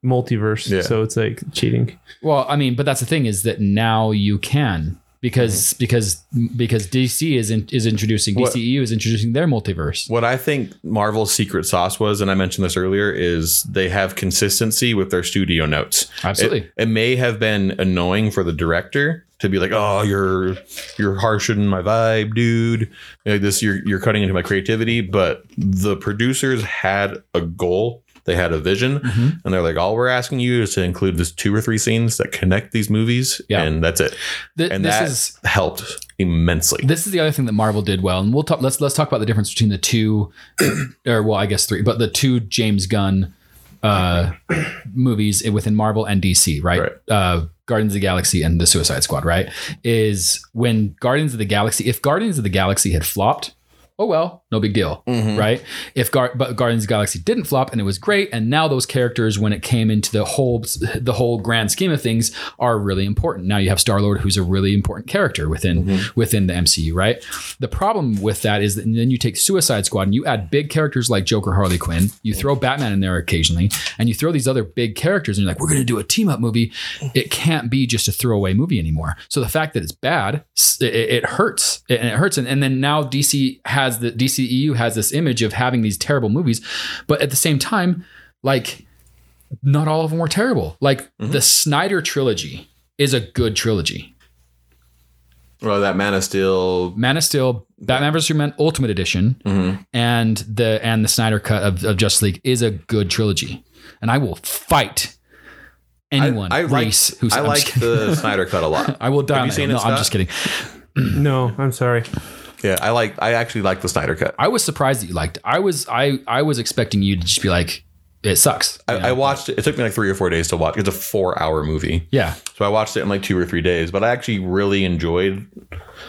C: multiverse,
B: Yeah.
C: so it's like cheating.
A: well i mean but that's the thing is that now you can because because because DC is in, is introducing
B: Mm-hmm. What-
A: DCEU is introducing their multiverse.
B: What I think Marvel's secret sauce was, and I mentioned this earlier, is they have consistency with their studio notes.
A: Absolutely.
B: It, it may have been annoying for the director to be like, "Oh, you're you're harshing my vibe, dude. Like this, you're you're cutting into my creativity." But the producers had a goal. They had a vision,
A: Mm-hmm.
B: and they're like, "All we're asking you is to include this two or three scenes that connect these movies,
A: Yeah.
B: and that's it."
A: Th-
B: And
A: this
B: that
A: is
B: helped immensely.
A: this is the other thing that Marvel did well, and we'll talk. Let's let's talk about the difference between the two, [CLEARS THROAT] or well, I guess three, but the two James Gunn uh, [CLEARS THROAT] movies within Marvel and DC, right?
B: Right.
A: Uh, Guardians of the Galaxy and the Suicide Squad, right? Is when Guardians of the Galaxy, if Guardians of the Galaxy had flopped, oh well, no big deal, right? If Gar- but Guardians of the Galaxy didn't flop and it was great, and now those characters, when it came into the whole the whole grand scheme of things, are really important. Now you have Star Lord, who's a really important character within within the MCU, right? The problem with that is that then you take Suicide Squad and you add big characters like Joker, Harley Quinn. You throw Batman in there occasionally, and you throw these other big characters, and you're like, we're going to do a team up movie. It can't be just a throwaway movie anymore. So the fact that it's bad, s- it, it hurts, It- and it hurts. And, and then now DC has the DCEU has this image of having these terrible movies, but at the same time, like not all of them were terrible. Like the Snyder trilogy is a good trilogy.
B: Well, that Man of Steel,
A: Man of Steel, Batman vs Superman Ultimate Edition,
B: Mm-hmm.
A: and the and the Snyder cut of, of Justice League is a good trilogy, and I will fight anyone.
B: I, I like,
A: race who's
B: I
A: I'm just
B: like [LAUGHS]
A: kidding.
B: the Snyder Cut a lot.
A: I will die.
B: Have
A: on
B: you
A: that
B: seen
A: hill.
B: it,
A: no, I'm
B: Scott?
A: just kidding.
C: No, I'm sorry.
B: [LAUGHS] Yeah, I like. I actually like the Snyder Cut.
A: I was surprised that you liked. it. I was I I was expecting you to just be like, it sucks.
B: I,
A: you know?
B: I watched it. It took me like three or four days to watch. It's a four-hour movie,
A: yeah,
B: so I watched it in like two or three days. But I actually really enjoyed,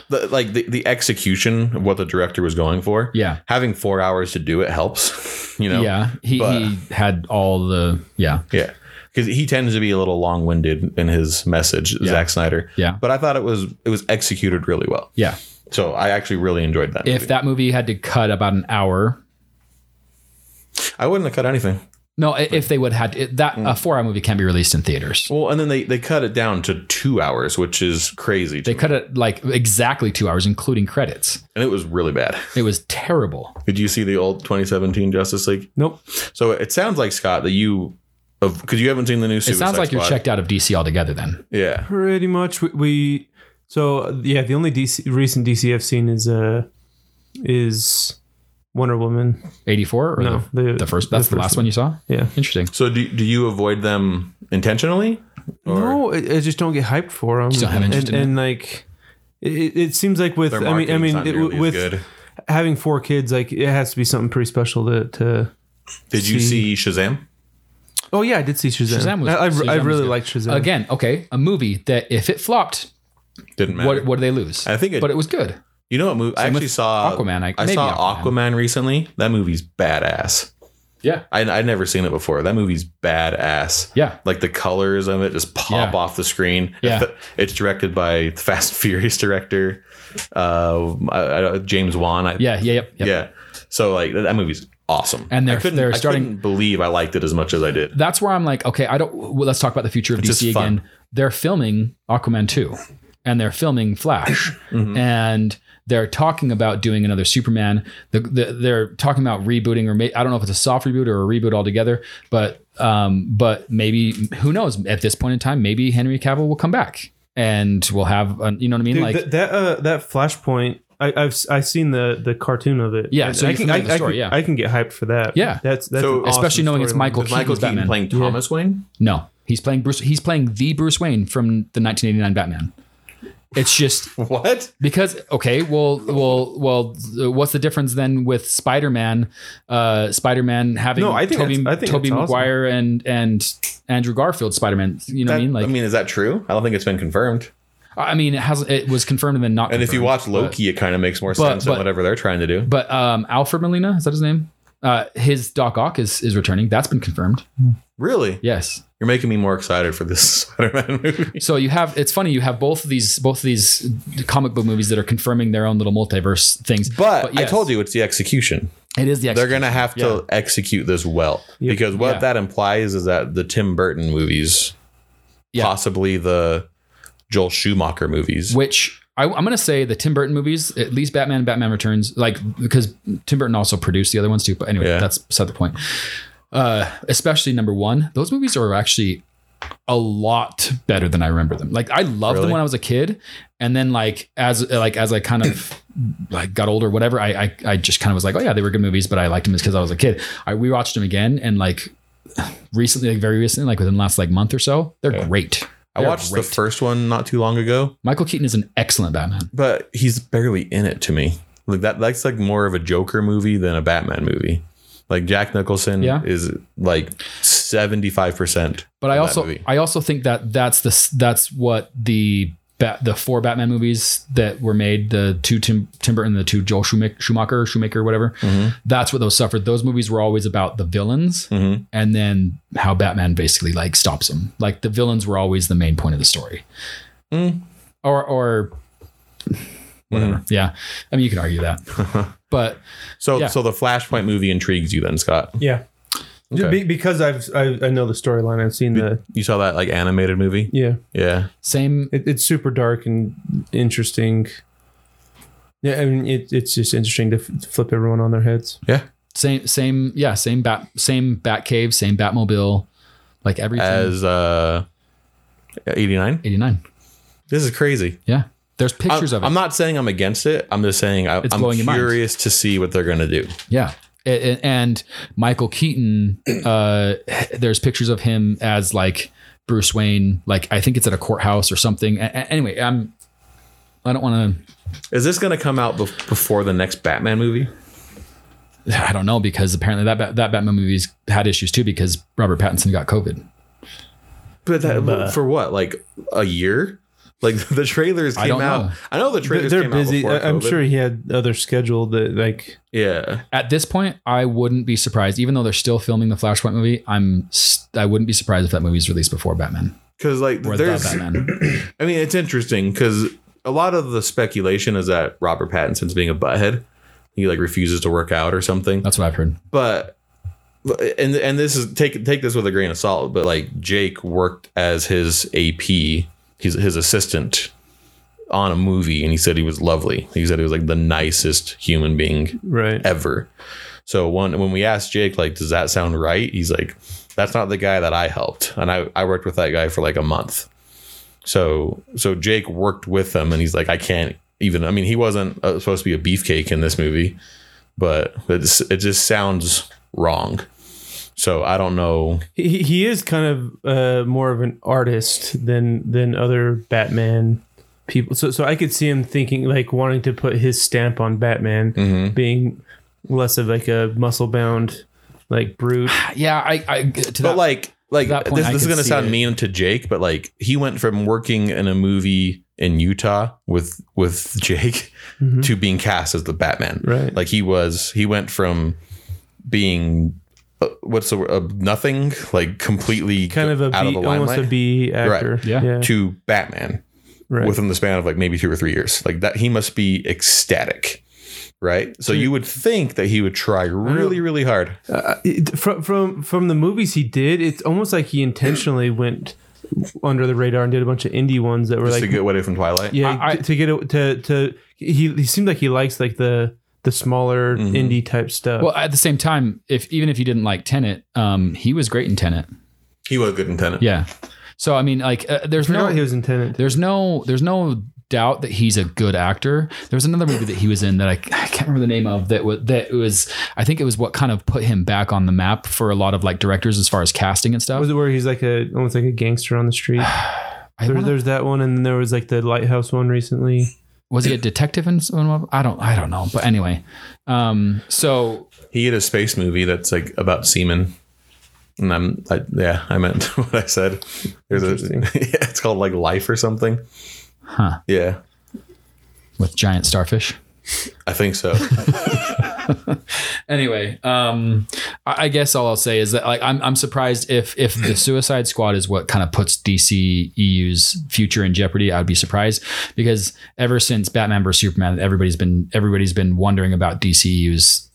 B: the, like the, the execution of what the director was going for.
A: Yeah.
B: having four hours to do it helps. [LAUGHS] You know.
A: yeah. He
B: but-
A: he had all the yeah.
B: Yeah. Because he tends to be a little long-winded in his message, Zack Snyder.
A: Yeah.
B: but I thought it was it was executed really well.
A: Yeah.
B: So I actually really enjoyed that.
A: If
B: movie.
A: that movie had to cut about an hour,
B: I wouldn't have cut anything.
A: no, i- if they would had it, that
B: Mm.
A: a four hour movie can be released in theaters.
B: Well, and then they they cut it down to two hours, which is crazy. to
A: They
B: me.
A: cut it like exactly two hours, including credits.
B: and it was really bad.
A: It was terrible.
B: Did you see the old 2017 Justice League?
C: Nope.
B: So it sounds like Scott that you, of because you haven't seen the new.
A: It sounds like you're checked out of DC altogether. Then
B: Yeah,
C: Pretty much. We, we so yeah. The only DC recent DC I've seen is uh is Wonder Woman.
A: eighty four or
C: No,
A: the,
C: the-
A: the first. That's the,
C: the first
A: last one you saw.
C: Yeah.
A: Interesting.
B: So do, do you avoid them intentionally?
C: no, I, I just don't get hyped for them.
A: don't have interest
C: and,
A: in
C: and like. It, it seems like with
B: Their
C: I mean I
B: marketing's
C: mean
B: not
C: it-
B: nearly as
C: with
B: good.
C: having four kids like it has to be something pretty special to, to
B: Did you see
C: see-
B: Shazam?
C: oh yeah I did see Shazam,
A: Shazam was-
C: I, I,
A: Shazam
C: I
A: was
C: really
A: good.
C: liked Shazam
A: Again, okay, a movie that if it flopped,
B: Didn't matter.
A: what what do they lose?
B: I think it-
A: but it was good.
B: you know what movie? I actually
A: with
B: saw
A: Aquaman. I-
B: I,
A: maybe
B: saw
A: Aquaman.
B: Aquaman. recently. That movie's badass.
A: Yeah,
B: I I'd never seen it before. That movie's badass.
A: yeah.
B: Like the colors of it just pop
A: Yeah.
B: off the screen.
A: Yeah.
B: It's directed by Fast and Furious director uh, I- I- James Wan. I,
A: Yeah, yeah, yep, yep.
B: Yeah. So like that that movie's awesome.
A: And they're-
B: I couldn't,
A: they're
B: I
A: starting-
B: couldn't believe I liked it as much as I did.
A: That's where I'm like, okay, I don't. Well, let's talk about the future of
B: It's
A: DC
B: just fun.
A: again. They're filming Aquaman two, and they're filming
B: [CLEARS THROAT]
A: Flash,
B: Mm-hmm.
A: and they're talking about doing another Superman. The, the, they're talking about rebooting, or may, I don't know if it's a soft reboot or a reboot altogether. But um, but maybe who knows? At this point in time, maybe Henry Cavill will come back, and we'll have an, you know what I mean?
C: Dude,
A: like
C: that that, uh, that Flashpoint, I, I've s- I've seen the the cartoon of it.
A: Yeah,
C: And
A: so
C: I
A: you're
C: can I,
A: familiar with the
C: I
A: story,
C: can,
A: yeah.
C: I can get hyped for that.
A: Yeah.
C: that's that's
B: So-
C: an awesome
A: Especially knowing it's
C: storyline.
A: Michael
B: Is Michael
A: Keaton's
B: Keaton
A: Batman.
B: playing Thomas Wayne?
A: no, he's playing Bruce. He's playing the Bruce Wayne from the 1989 Batman. It's just
B: [LAUGHS] What?
A: Because okay, well, well, well, uh, what's the difference then with Spider Man? Uh, Spider Man having
C: No, I think
A: Toby,
C: that's- I think
A: Toby
C: that's awesome.
A: Maguire and and Andrew Garfield Spider Man. You know
B: That-
A: what I mean? Like, I mean,
B: is that true? I don't think it's been confirmed.
A: it has it was confirmed and then not.
B: And if you
A: confirmed,
B: watch Loki, it kind of makes more sense
A: but-
B: than whatever they're trying to do.
A: but, but um, Alfred Molina is that his name? Uh, his Doc Ock is is returning. That's been confirmed.
B: Really?
A: Yes.
B: You're making me more excited for this [LAUGHS] Spider-Man
A: [LAUGHS]
B: movie.
A: So you have it's funny you have both of these both of these comic book movies that are confirming their own little multiverse things.
B: But, I
A: yes,
B: told you it's the execution.
A: it is the
B: They're
A: execution.
B: going to have to execute this well because what
A: Yeah.
B: that implies is that the Tim Burton movies,
A: Yeah.
B: possibly the Joel Schumacher movies,
A: which I, I'm gonna say the Tim Burton movies, at least Batman, and Batman Returns, like because Tim Burton also produced the other ones too. But anyway,
B: Yeah.
A: that's beside the point. Uh, especially number one, those movies are actually a lot better than I remember them. Like I loved them
B: Really?
A: when I was a kid, and then like as like as I kind of like got older, whatever, I I, I just kind of was like, oh yeah, they were good movies, but I liked them because I was a kid. I rewatched them again, and like recently, like very recently, like within the last like month or so, they're great.
B: I
A: They're
B: watched
A: great.
B: the first one not too long ago,
A: Michael Keaton is an excellent Batman.
B: but he's barely in it to me. Like that that's like more of a Joker movie than a Batman movie. Like Jack Nicholson
A: Yeah.
B: is like 75%.
A: But I
B: that
A: also
B: movie.
A: I also think that that's the s- that's what the Bat, the four Batman movies that were made the two Tim, Tim Burton and the two Joel Schuma- Schumacher Shoemaker whatever
B: Mm-hmm.
A: that's what those suffered those movies were always about the villains
B: Mhm.
A: and then how Batman basically like stops them like the villains were always the main point of the story
B: Mm.
A: or or whatever yeah I mean you could argue that
B: [LAUGHS]
A: but
B: So
A: Yeah.
B: so the Flashpoint movie intrigues you then, Scott.
C: Yeah.
B: Okay.
C: Be- because I've I, I know the storyline. I've seen the
B: You saw that like animated movie?
C: yeah.
B: Yeah.
A: same
C: It, it's super dark and interesting. Yeah, I mean it, it's just interesting to f- flip everyone on their heads.
B: Yeah.
A: same same yeah same bat same bat cave same Batmobile like everything
B: As uh 89.
A: 89
B: This is crazy.
A: Yeah. There's pictures
B: I'm,
A: of it.
B: I'm not saying I'm against it. I'm just saying I,
A: It's
B: I'm
A: blowing your mind.
B: curious to see what they're going to do.
A: yeah. A- a- And Michael Keaton, uh, [CLEARS THROAT] there's pictures of him as like Bruce Wayne, like I think it's at a courthouse or something. A- a- anyway, I'm, I don't want
B: Is this going to come out bef- before the next Batman movie?
A: to, [SIGHS] I don't know because apparently that Bat- that Batman movies had issues too because Robert Pattinson got COVID.
B: But that, for what? Like a year? Like [LAUGHS] the trailers
A: I
B: came
A: don't
B: out.
A: know.
B: I know the
C: They're,
B: trailers
C: they're
B: came
C: busy.
B: out before
C: I, I'm
B: COVID.
C: sure he had other scheduled that like
B: Yeah.
A: At this point, I wouldn't be surprised, even though they're still filming the Flashpoint movie. I'm s- I wouldn't be surprised if that movie is released before Batman
B: Cuz like
A: or the
B: there's
A: Batman.
B: I mean it's interesting cuz a lot of the speculation is that Robert Pattinson's being a butthead. He like refuses to work out or something.
A: That's what I've heard.
B: but and and this is take take this with a grain of salt but like jake worked as his ap his his assistant on a movie and he said he was lovely he said he was like the nicest human being
C: right.
B: ever so one when we asked jake like does that sound right he's like that's not the guy that i helped and i i worked with that guy for like a month so so jake worked with him and he's like i can't even i mean he wasn't uh, supposed to be a beefcake in this movie but it's, it just sounds wrong. So I don't know.
C: He, he is kind of uh, more of an artist than than other Batman people. So so I could see him thinking like wanting to put his stamp on Batman,
B: Mm-hmm.
C: being less of like a muscle bound like brute.
A: [SIGHS] Yeah, I, I to
B: But
A: that,
B: like, like
A: that point,
B: this,
A: I
B: this is
A: can
B: going to
A: see
B: sound
A: it.
B: mean to Jake, but like he went from working in a movie in Utah with with [LAUGHS] Jake to being cast as the Batman.
C: Mm-hmm. Right.
B: Like he was. He went from being uh, what's the word? Uh, nothing. Like completely
C: Kind of a
B: out
C: B,
B: of the
C: almost a
B: limelight
C: B actor.
B: Right.
A: Yeah.
B: to Batman.
C: right.
B: within the span of like maybe two or three years. Like that, he must be ecstatic, right? So you would think that he would try really, really hard.
C: Uh, it, from from from the movies he did, it's almost like he intentionally went under the radar and did a bunch of indie ones that were
B: Just
C: like
B: to get away from Twilight.
C: yeah
A: I- I-
C: to, to get a, to to he he seemed like he likes like the the smaller
B: Mm-hmm.
C: indie type stuff.
A: well, at the same time, if even if you didn't like Tenet, um, he was great in Tenet.
B: he was a good intendant.
A: Yeah. So I mean, like, uh, there's
C: I forgot
A: no,
C: he was in Tenet.
A: there's no, there's no doubt that he's a good actor. There was another movie that he was in that I, I can't remember the name of that was that was I think it was what kind of put him back on the map for a lot of like directors as far as casting and stuff.
C: Was it where he's like a almost like a gangster on the street?
A: [SIGHS] I
C: There,
A: wanna-
C: there's that one, and then there was like the lighthouse one recently.
A: was he a detective in someone? I don't, I don't know. But anyway, um, so
B: He had a space movie that's like about semen. And I'm, I, yeah, I meant [LAUGHS] what I said. There's a, [LAUGHS] yeah,
C: Interesting.
B: it's called like Life or something.
A: Huh.
B: Yeah,
A: with giant starfish.
B: I think
A: [LAUGHS]
B: so.
A: anyway, um, I, I guess all I'll say is that like I'm I'm surprised if if the Suicide Squad is what kind of puts DC EU's future in jeopardy. I'd be surprised because ever since Batman vs Superman, everybody's been everybody's been wondering about DCU's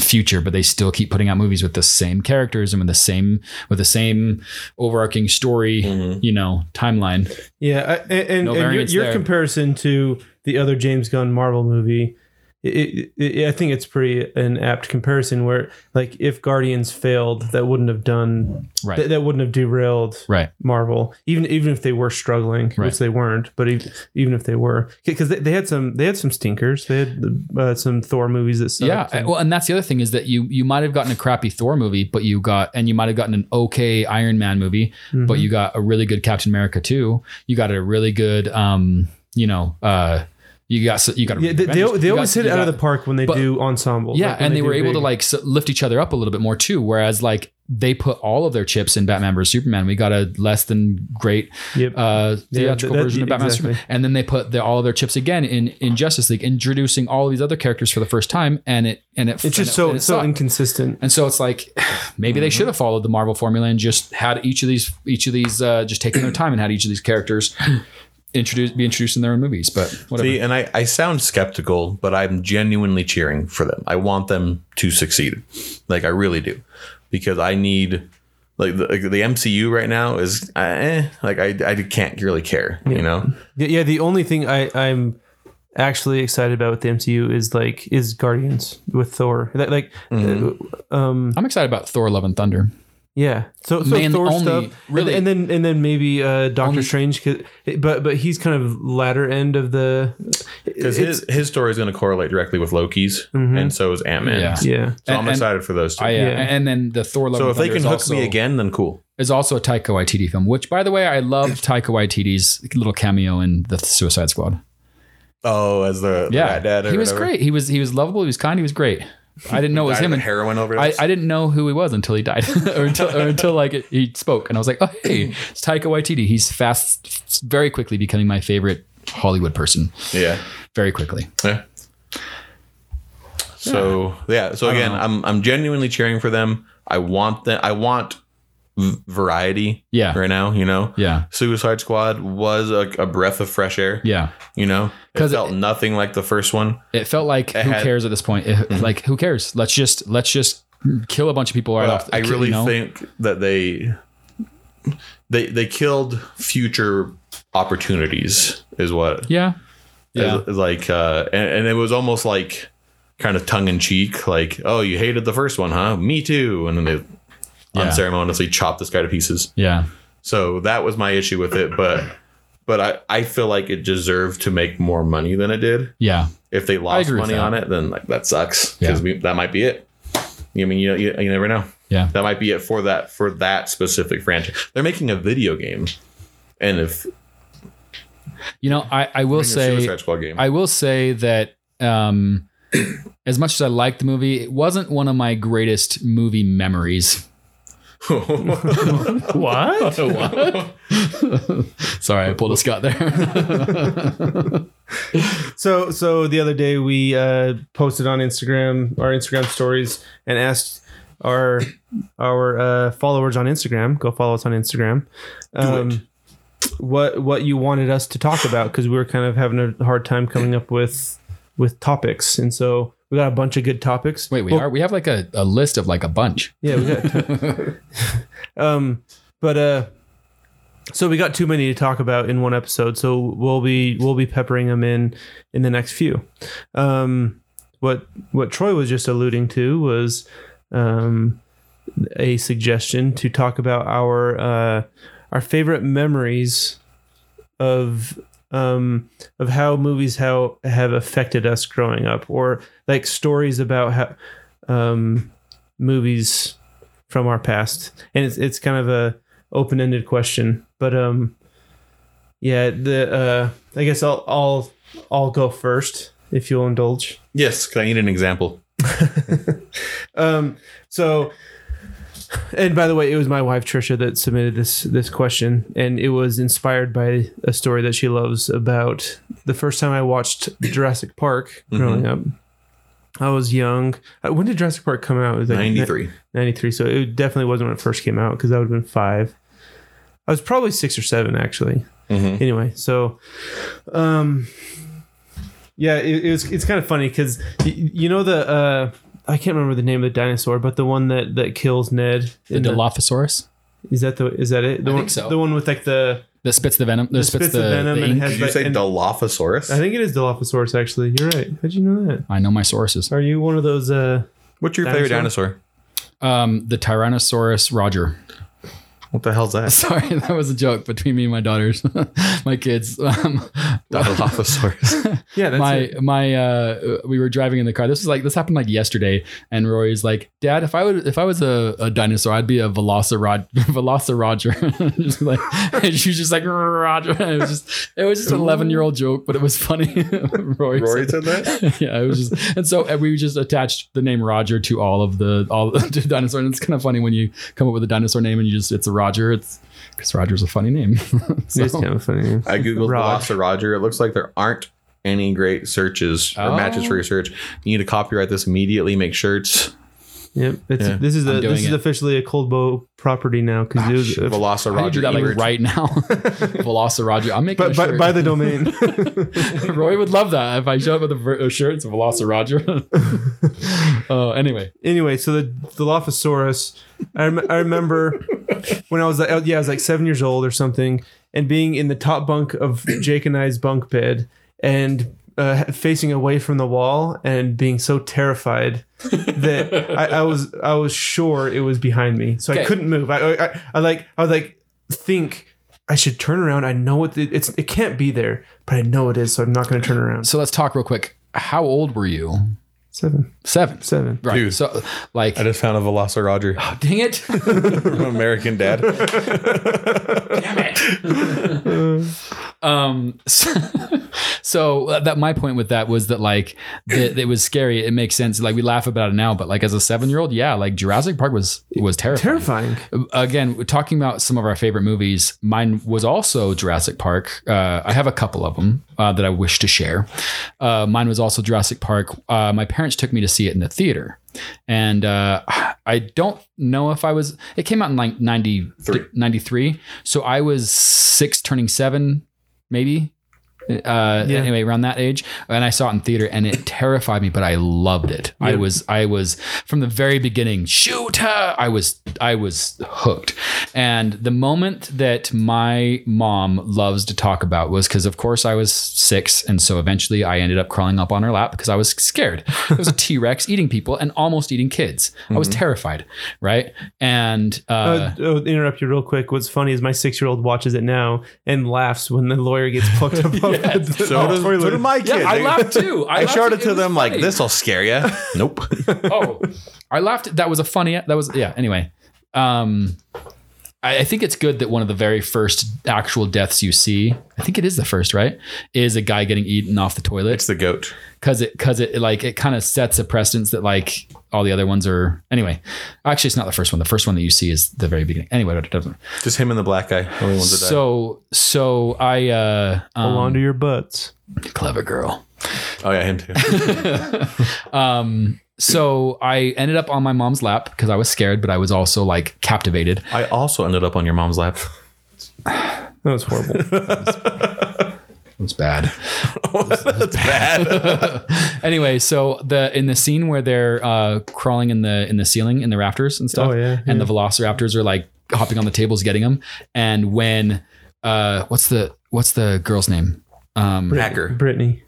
A: future, but they still keep putting out movies with the same characters and with the same with the same overarching story, you know, timeline.
C: Yeah, I, and, and,
A: No
C: and your,
A: variance
C: your
A: there.
C: comparison to the other James Gunn Marvel movie, it, it, it, I think it's pretty an apt comparison. Where like if Guardians failed, that wouldn't have done
A: Right.
C: that, that wouldn't have derailed
A: right.
C: Marvel, even even if they were struggling,
A: Right.
C: which they weren't, but even, even if they were, because they, they had some they had some stinkers, they had uh, some Thor movies that sucked.
A: yeah. Well, and that's the other thing is that you you might have gotten a crappy Thor movie, but you got and you might have gotten an okay Iron Man movie,
C: Mm-hmm.
A: but you got a really good Captain America too. You got a really good um, you know, uh you got s- you got a
C: yeah, they, they,
A: Avengers-
C: they
A: you
C: always
A: got-
C: hit it
A: you
C: out of
A: got-
C: the park when they
A: but-
C: do ensemble.
A: Yeah,
C: like when
A: and they,
C: do
A: were able to
C: big-
A: like s- lift each other up a little bit more too. Whereas like they put all of their chips in Batman vs Superman. We got a less than great
C: Yep.
A: uh,
C: Yeah,
A: theatrical
C: that-
A: version of Batman vs
C: exactly.
A: Superman, and then they put their, all of their chips again in in Justice League, introducing all of these other characters for the first time, and it and it
C: it's just so so inconsistent.
A: and so it's like [SIGHS] maybe they
B: Mm-hmm.
A: should have followed the Marvel formula and just had each of these each of these uh, just taking their time and had each of these
B: [CLEARS THROAT]
A: characters introduce be introduced in their own movies. But whatever.
B: See, and I, I sound skeptical, but I'm genuinely cheering for them. I want them to succeed. Like, I really do. Because I need, like, the, like, the MCU right now is, uh, eh, like, I, I can't really care, you know?
C: Yeah, yeah, the only thing I I'm actually excited about with the MCU is like is Guardians with Thor. That, like uh, um
A: I'm excited about Thor: Love and Thunder.
C: Yeah. So, so
A: Man,
C: Thor
A: only-
C: stuff,
A: really-
C: and, and then and then maybe uh, Doctor Strange, 'cause- but but he's kind of latter end of the.
B: Because his, his story is going to correlate directly with Loki's,
C: Mm-hmm.
B: and so is Ant Man's.
A: Yeah.
B: So
C: Yeah.
A: And-
B: I'm
A: and-
B: excited for those two.
A: I, uh,
C: Yeah.
A: And then the Thor: Love
B: so
A: and
B: if they
A: Thunder
B: can
A: is
B: hook
A: also-
B: me again, then cool.
A: is also a Taika Waititi film, which, by the way, I loved Taika Waititi's little cameo in the Suicide Squad.
B: Oh, as the, the
A: Yeah,
B: Rat Dad or
A: he was
B: whatever.
A: great. He was he was lovable. He was kind. He was great. I didn't know it was
B: Died
A: him.
B: of a
A: And
B: heroin
A: I,
B: overdose.
A: I didn't know who he was until he died, [LAUGHS] or until or until like he spoke, and I was like, oh hey, it's Taika Waititi. He's fast, very quickly becoming my favorite Hollywood person.
B: yeah.
A: Very quickly.
B: Yeah. So yeah. So again, I'm I'm genuinely cheering for them. I want them. I want v- variety.
A: Yeah.
B: Right now, you know.
A: Yeah.
B: Suicide Squad was a, a breath of fresh air.
A: Yeah,
B: You know, it
A: 'Cause
B: felt
A: it-
B: nothing like the first one.
A: it felt like who
B: had- Mm-hmm.
A: cares at this point? It- Like who cares? Let's just let's just kill a bunch of people right
B: But
A: off.
B: I
A: you
B: really
A: know?
B: think that they they they killed future opportunities. Is what
A: Yeah, yeah,
B: As- as like uh and, and it was almost like kind of tongue in cheek like oh you hated the first one huh me too and then they
A: Yeah.
B: unceremoniously chopped this guy to pieces
A: yeah.
B: so that was my issue with it but but I, I feel like it deserved to make more money than it did
A: Yeah.
B: if they lost
A: agree with
B: money
A: that.
B: on it then like that sucks
A: Yeah.
B: because that might be it i mean you, you, you never know
A: Yeah.
B: that might be it for that for that specific franchise they're making a video game and if
A: You know, I, I will
B: a
A: say
B: Suicide Squad game
A: I will say that um, [CLEARS THROAT] as much as I liked the movie, it wasn't one of my greatest movie memories. [LAUGHS]
C: What?
A: Oh, Sorry, I pulled a Scott there. [LAUGHS]
C: so so the other day we uh, posted on Instagram our Instagram stories and asked our our uh, followers on Instagram go follow us on Instagram. Um, What what you wanted us to talk about because we were kind of having a hard time coming up with with topics and so we got a bunch of good topics.
A: Wait, we
C: Well,
A: are we have like a, a list of like a bunch.
C: Yeah, we got. um, but uh, so we got too many to talk about in one episode, so we'll be we'll be peppering them in in the next few. Um, what what Troy was just alluding to was um, a suggestion to talk about our uh, our favorite memories of um of how movies how have affected us growing up or like stories about how um movies from our past and it's it's kind of a open-ended question but um yeah the uh i guess i'll i'll i'll go first if you'll indulge
B: [LAUGHS] yes 'cause i need an example
C: um so and by the way it was my wife trisha that submitted this this question and it was inspired by a story that she loves about the first time i watched jurassic park growing up i was young Uh, when did jurassic park come out It was like-
B: 93
C: 93 so it definitely wasn't when it first came out because that would have been five i was probably six or seven actually
A: Mm-hmm.
B: Mhm.
C: anyway so um yeah it, it was it's kind of funny because you know the uh i can't remember the name of the dinosaur but the one that that kills ned
A: The
C: in the-
A: Dilophosaurus.
C: is that the is that it the
A: I
C: one
A: think so.
C: the one with like the
A: that spits the venom. That spits, the, the
C: and
A: ink.
C: has
B: Did you
C: that-
B: say
C: and-
B: Dilophosaurus?
C: I think it is Dilophosaurus. Actually, you're right. How'd you know that?
A: I know my sources.
C: Are you one of those? uh
B: What's your favorite dinosaur?
A: Um, the Tyrannosaurus Roger. [LAUGHS]
B: What the hell's that?
A: Sorry, that was a joke between me and my daughters, [LAUGHS] my kids. Um,
B: Dilophosaurus.
C: Yeah, that's
A: my
C: it.
A: my uh we were driving in the car this was like this happened like yesterday and rory's like dad if i would if i was a, a dinosaur i'd be a velocirod [LAUGHS] velociraptor [LAUGHS] just like and she was just like roger [LAUGHS] And it was just it was just an 11 year old joke but it was funny [LAUGHS] rory,
B: [LAUGHS] Rory
A: said-
B: said that.
A: [LAUGHS] yeah it was just and so and we just attached the name roger to all of the all [LAUGHS] to dinosaur and it's kind of funny when you come up with a dinosaur name and you just it's a roger it's because roger's a funny name [LAUGHS] so,
C: It's kind of funny.
B: I googled
C: Rog.
B: Velociraptor. Roger. It looks like there aren't any great searches or
A: Oh.
B: matches for your search. You need to copyright this immediately. Make shirts.
C: Yep. It's,
B: Yeah.
C: This is
A: I'm
C: a,
A: doing
C: this is
A: it. Ah,
C: officially a cold bow property now because it was.
B: Velociraptor.
A: I need to do
B: Roger.
A: that like
B: Ebert.
A: right
C: [LAUGHS]
A: now. Velociraptor. I'm making a
C: but by,
A: shirt.
C: by the domain. [LAUGHS]
A: Roy would love that if I showed up with a, ver- a shirt. It's a [LAUGHS] Velociraptor. uh, anyway,
C: anyway, so the Dilophosaurus, I, rem- I remember when I was like, oh, yeah, I was like seven years old or something, and being in the top bunk of Jake and I's bunk bed and uh, facing away from the wall and being so terrified that I, I was I was sure it was behind me, so
A: Okay.
C: I couldn't move. I, I I- I like I would like think. I should turn around. I know what the, it's. It can't be there, but I know it is, so I'm not going to turn around.
A: so let's talk real quick. How old were you?
C: Seven,
A: Seven.
C: seven.
A: Right.
B: Dude.
A: So, like,
B: I just found a Velociraptor. Roger.
A: [LAUGHS] dang it.
B: from
A: [LAUGHS]
B: American Dad.
A: Damn it. um, so, so uh, that my point with that was that like that it was scary. It makes sense. Like we laugh about it now, but like as a seven year old, yeah, like Jurassic Park was was terrifying.
C: Terrifying.
A: again we're talking about some of our favorite movies mine was also jurassic park uh, i have a couple of them uh, that i wish to share uh, mine was also jurassic park uh, my parents took me to see it in the theater and uh, i don't know if i was it came out in like 90,
B: Three.
A: 93 so i was six turning seven maybe uh
C: Yeah.
A: anyway around that age and i saw it in theater and it terrified me but i loved it i
C: Yeah.
A: was i was from the very beginning shoot her i was i was hooked and the moment that my mom loves to talk about was because of course i was six and so eventually i ended up crawling up on her lap because i was scared it was a t-rex eating people and almost eating kids i was terrified right and uh,
C: Uh, oh, interrupt you real quick. What's funny is my six year old watches it now and laughs when the lawyer gets
B: [LAUGHS]
C: plucked up. off the- the
B: So, does, so
C: toilet.
B: did my kid.
A: Oh, yeah, I
B: They-
A: laughed too. I,
B: I
A: laughed
B: shouted
A: too.
B: to
A: was
B: them like,
A: funny.
B: "This'll scare you."
A: [LAUGHS]
B: nope.
A: oh, I laughed. That was a funny. That was yeah. Anyway, um, I, I think it's good that one of the very first actual deaths you see, I think it is the first, right, is a guy getting eaten off the toilet
B: It's the goat.
A: because it because it like it kind of sets a precedence that like all the other ones are anyway. Actually, it's not the first one. The first one that you see is the very beginning. Anyway, it doesn't.
B: Just him and the black guy. Only ones that died.
A: So so I uh,
C: Hold on
A: um,
C: to your butts.
A: clever girl.
B: Oh yeah,
A: [LAUGHS]
B: him too.
A: Um, so I ended up on my mom's lap because I was scared, but I was also like captivated.
B: I also ended up on your
A: [LAUGHS]
B: mom's lap.
C: That
B: [LAUGHS]
C: was horrible.
A: It was bad.
B: That's bad.
A: [LAUGHS] anyway, so the in the scene where they're uh, crawling in the in the ceiling in the rafters and stuff,
C: Oh, yeah,
A: and the Velociraptors are like hopping on the tables getting them, and when uh, what's the what's the girl's name? Um,
B: Hacker.
C: Brittany.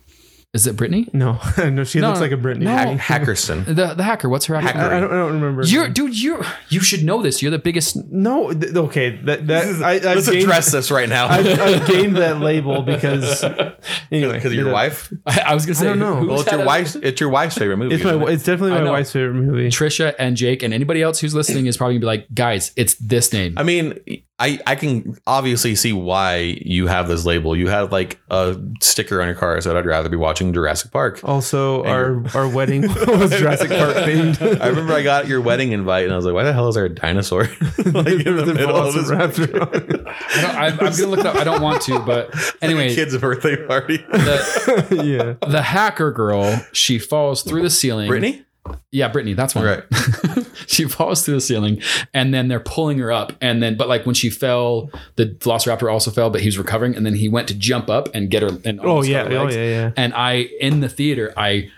A: is it Brittany?
C: No, [LAUGHS] no, she
A: No,
C: looks
A: no,
C: like a Brittany.
A: no.
C: I,
B: Hackerson.
A: The the hacker. What's her hacker?
B: Hacker.
C: I don't, I don't remember.
A: You're dude. You you should know this. You're the biggest. [LAUGHS]
C: no, th- okay. That that I, I've
B: Let's
C: gained,
B: address this right [LAUGHS] now.
C: I've, I've gained that
B: [LAUGHS]
C: label because anyway,
B: Because of your
C: yeah. [LAUGHS]
B: wife.
A: I, I was gonna say.
C: don't know.
A: who- who's
B: Well, it's
A: that
B: your
A: other-
B: wife's. It's your wife's favorite movie.
C: It's my.
B: isn't it?
C: It's definitely
A: I
C: my
A: know.
C: wife's favorite movie.
A: Trisha and Jake and anybody else who's listening is probably gonna be like, guys, it's this name.
B: I mean, I I can obviously see why you have this label. You have like a sticker on your car that said, "I'd rather be watching Jurassic Park."
C: Also, our
B: [LAUGHS]
C: our wedding was Jurassic Park themed.
B: I remember I got your wedding invite and I was like, "Why the hell is there a dinosaur?" [LAUGHS] like in the
C: [LAUGHS] The
B: middle of this
C: Velociraptor.
A: I don't, I, I'm gonna look it up. I don't want to,
B: [LAUGHS]
A: but anyway,
B: kid's birthday
C: [LAUGHS]
B: party.
A: the,
C: yeah.
A: the hacker girl, she falls through the ceiling.
B: Brittany?
A: Yeah, Brittany, that's one.
B: Right.
A: [LAUGHS] she falls through the ceiling and then they're pulling her up. And then, but like when she fell, the velociraptor also fell, but he was recovering. And then he went to jump up and get her. And
C: Oh
A: almost got
C: yeah.
A: her
C: Oh
A: legs.
C: yeah. Yeah.
A: And I, in the theater, I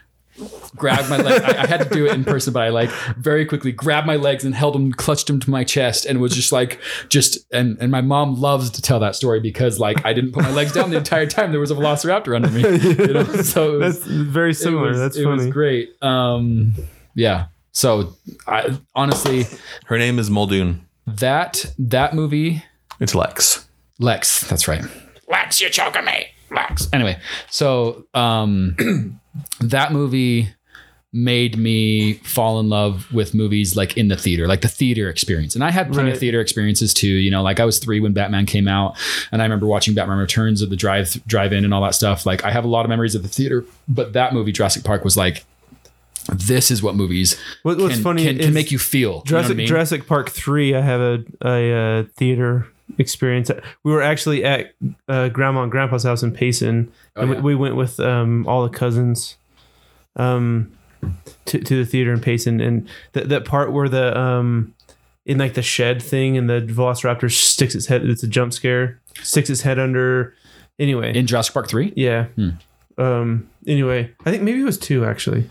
A: grabbed my leg. I, I had to do it in person, but I like very quickly grabbed my legs and held them, clutched them to my chest, and was just like, just and and my mom loves to tell that story because like I didn't put my legs down the entire time. There was a velociraptor under
C: [LAUGHS]
A: me, you know. So it was,
C: That's very
A: it
C: similar.
A: was-
C: That's
A: it was
C: funny.
A: great. Um, yeah. So I honestly
B: Her name is Muldoon.
A: that that movie
B: It's Lex.
A: Lex. That's right. Lex, you're choking me. Lex. Anyway, so um, [CLEARS THROAT] that movie made me fall in love with movies like in the theater, like the theater experience. And I had plenty of
C: Right.
A: theater experiences too. You know, like I was three when Batman came out, and I remember watching Batman Returns at the drive drive in and all that stuff. Like I have a lot of memories of the theater, but that movie Jurassic Park was like. This is what movies
C: What- what's
A: can,
C: funny
A: can, can
C: is
A: make you feel. you know what I
C: Jurassic,
A: mean?
C: Jurassic Park three. I have a a uh, theater experience. We were actually at uh, Grandma and Grandpa's house in Payson, and
A: Oh, yeah.
C: we, we went with um, all the cousins, um, to, to the theater in Payson, and that that part where the um, in like the shed thing, and the Velociraptor sticks its head. It's a jump scare. Sticks its head under. Anyway,
A: in Jurassic Park three.
C: yeah.
A: Hmm.
C: Um. Anyway, I think maybe it was two actually.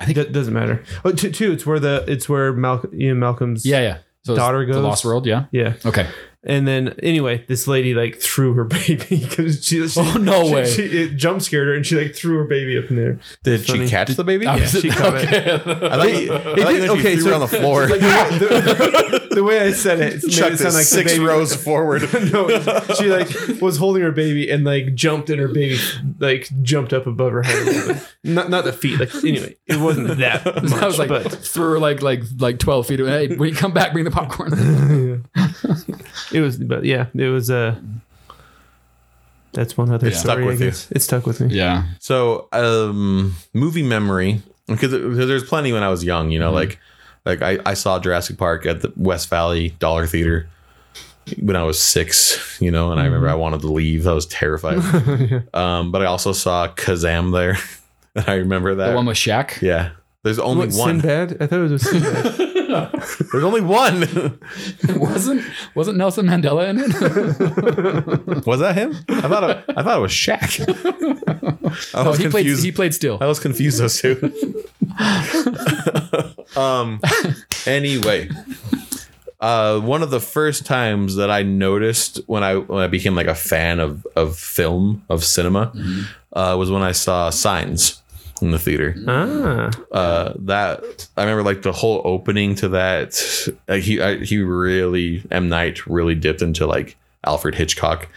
A: I think-
C: that doesn't matter. Oh, two, two. It's where the it's where Malcolm Ian Malcolm's
A: Yeah, yeah. So it's
C: Daughter
A: the
C: goes-
A: Lost World. Yeah.
C: yeah.
A: Okay.
C: And then anyway, this lady like threw her [LAUGHS] baby because she, she
A: Oh, no
C: she-
A: way.
C: she, it jump scared her and she like threw her baby up in there.
B: Did
C: Funny.
B: she catch the
C: [LAUGHS]
B: baby?
A: I was- [LAUGHS]
C: she caught it.
B: I like, I like that she
C: okay,
B: threw
C: so-
B: it on
C: [LAUGHS]
B: the floor.
C: Like, the, the way I said it, it made
B: chucked
C: it sound like the
B: six
C: baby-
B: rows
C: [LAUGHS]
B: forward.
C: No, she like was holding her baby and like jumped and her baby like jumped up above her head. a
A: [LAUGHS]
C: little bit. Not not the feet. Like anyway, it wasn't that. Much,
A: I was like
C: but
A: threw her like like like twelve feet away. Hey, when you come back, bring the
B: [LAUGHS]
A: popcorn.
C: it was. But yeah, it was. Uh, that's one other
A: It
C: story.
B: stuck with
C: I
B: you.
C: guess. It stuck with me.
A: yeah.
B: So, um, movie memory because because there's plenty when I was young, you know,
A: Mm-hmm.
B: like like I, I saw Jurassic Park at the West Valley Dollar Theater when I was six, you know, and I
A: Mm-hmm.
B: remember I wanted to leave. I was terrified.
A: [LAUGHS]
B: Um, but I also saw Kazam there. [LAUGHS] and I remember that.
A: The one with Shaq.
B: yeah. There's only
C: What,
B: one.
C: Sinbad? I thought it was Sinbad.
B: There's
A: [LAUGHS]
B: only one.
A: [LAUGHS]
B: [LAUGHS]
A: wasn't wasn't Nelson Mandela in it?
B: was that him? I thought it, I thought it
A: [LAUGHS]
B: was Shaq. I
A: Oh,
B: was
A: he played
B: confused.
A: he played still.
B: I was confused those two. [LAUGHS] um. Anyway, uh, one of the first times that I noticed when I when I became like a fan of of film of cinema uh, was when I saw Signs in the theater.
C: [LAUGHS] ah,
B: Uh, that I remember like the whole opening to that. Like he I, he really M Night really dipped into like Alfred Hitchcock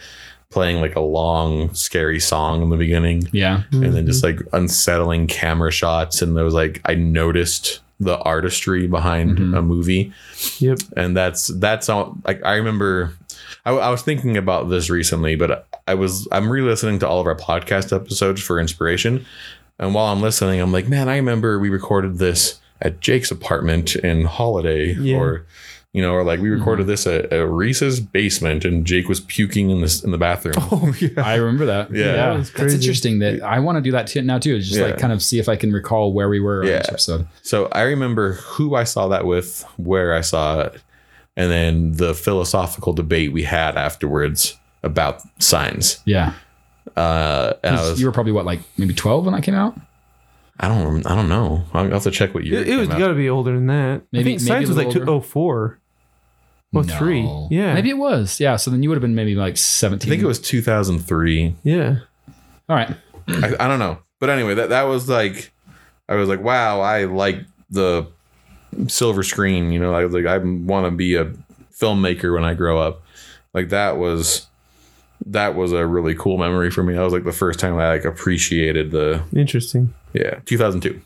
B: playing like a long scary song in the beginning
A: Yeah.
B: and then just like unsettling camera shots and those like I noticed the artistry behind a movie
C: yep.
B: and that's that's all like I remember I, I was thinking about this recently but I was I'm re-listening to all of our podcast episodes for inspiration and while I'm listening I'm like man I remember we recorded this at Jake's apartment in Holiday
C: Yeah.
B: or you know or like we recorded this at, at Reese's basement and Jake was puking in this in the bathroom
C: [LAUGHS] Oh yeah.
A: I remember that.
B: Yeah. That
C: was
A: That's
C: crazy.
A: interesting. That I want to do that too now too. Just
B: Yeah.
A: like kind of see if I can recall where we were on
B: Yeah.
A: this episode.
B: So I remember who I saw that with, where I saw it, and then the philosophical debate we had afterwards about signs.
A: Yeah.
B: Uh, and I was,
A: you were probably what like maybe twelve when I came out.
B: I don't, I don't know. I'll have to check what year
C: It, it was
B: came out.
C: got to be older than that.
A: Maybe- maybe
C: I think Science
A: a
C: was like
A: little
C: two oh four. Well, three.
A: No.
C: Yeah.
A: Maybe it was. Yeah. So then you would have been maybe like
B: I
A: seventeen.
B: think it was 2003.
C: Yeah.
A: All right.
B: I, I don't know. But anyway, that that was like, I was like, wow, I like the silver screen. You know, I was like, I want to be a filmmaker when I grow up. Like that was, that was a really cool memory for me. That was like the first time I like appreciated the
C: Interesting.
B: yeah 2002.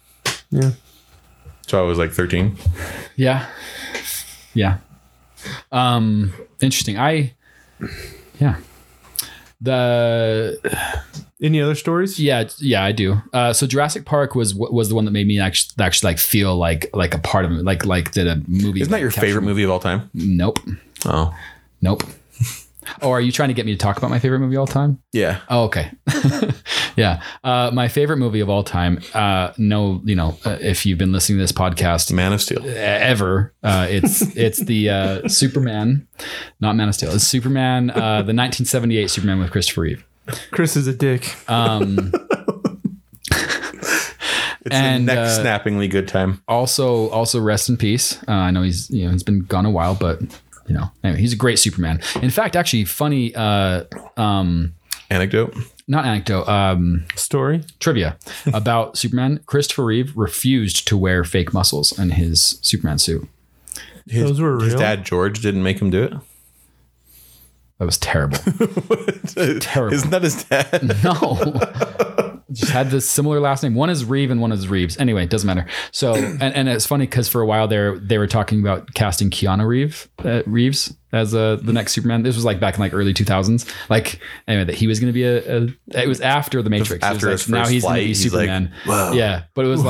C: Yeah.
B: So I was like 13.
A: Yeah. Yeah. Um interesting. I yeah. The
C: Any other stories?
A: yeah, yeah, I do. Uh so Jurassic Park was was the one that made me actually actually like feel like like a part of it, like like that a movie.
B: Isn't that your favorite movie of all time?
A: Nope.
B: Oh
A: Nope. oh, are you trying to get me to talk about my favorite movie all time?
B: yeah.
A: Oh, okay. [LAUGHS] yeah. Uh, my favorite movie of all time. Uh, no, you know, uh, if you've been listening to this podcast,
B: Man of Steel.
A: e, ever. Uh,
B: [LAUGHS]
A: it's it's the uh, Superman, not Man of Steel. It's Superman, uh, the 1978 Superman
C: Uh,
A: with Christopher Reeve.
C: Chris is a dick.
A: Um,
B: It's
A: And,
B: the neck
A: uh,
B: snappingly good time.
A: also also rest in peace. Uh, I know he's you know he's been gone a while, but you know anyway, he's a great Superman. In fact, actually, funny uh, um,
B: Anecdote.
A: not anecdote um,
C: Story.
A: trivia about [LAUGHS] Superman. Christopher Reeve refused to wear fake muscles in his Superman suit.
B: His,
C: Those were
B: His
C: real?
B: dad George didn't make him do it.
A: That was terrible. Terrible.
B: [LAUGHS] Isn't that his dad?
A: [LAUGHS] No. Just had this similar last name. One is Reeve and one is Reeves. Anyway, it doesn't matter. So, and, and it's funny because for a while there, they were talking about casting Keanu Reeve, uh, Reeves as uh, the next Superman. This was like back in like early 2000s. Like, anyway, that he was going to be a, a, it was after The Matrix. It was
B: after
A: like,
B: his first
A: now he's going
B: flight,
A: to be
B: he's like,
A: Superman.
B: "Whoa."
A: Yeah. But it was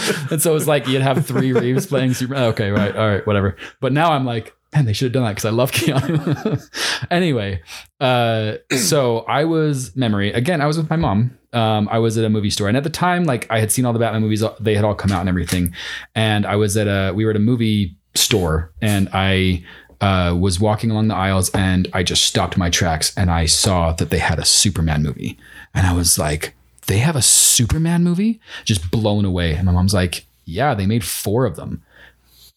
B: [LAUGHS]
A: like, [LAUGHS] and so it was like you'd have three Reeves playing Superman. Okay, right. All right, whatever. But now I'm like, man, they should have done that because I love Keanu. [LAUGHS] anyway, uh, so I was memory again. I was with my mom. Um, I was at a movie store, and at the time, like I had seen all the Batman movies. They had all come out and everything. And I was at a we were at a movie store, and I uh, was walking along the aisles, and I just stopped my tracks, and I saw that they had a Superman movie, and I was like, they have a Superman movie, just blown away. And my mom's like, yeah, they made four of them.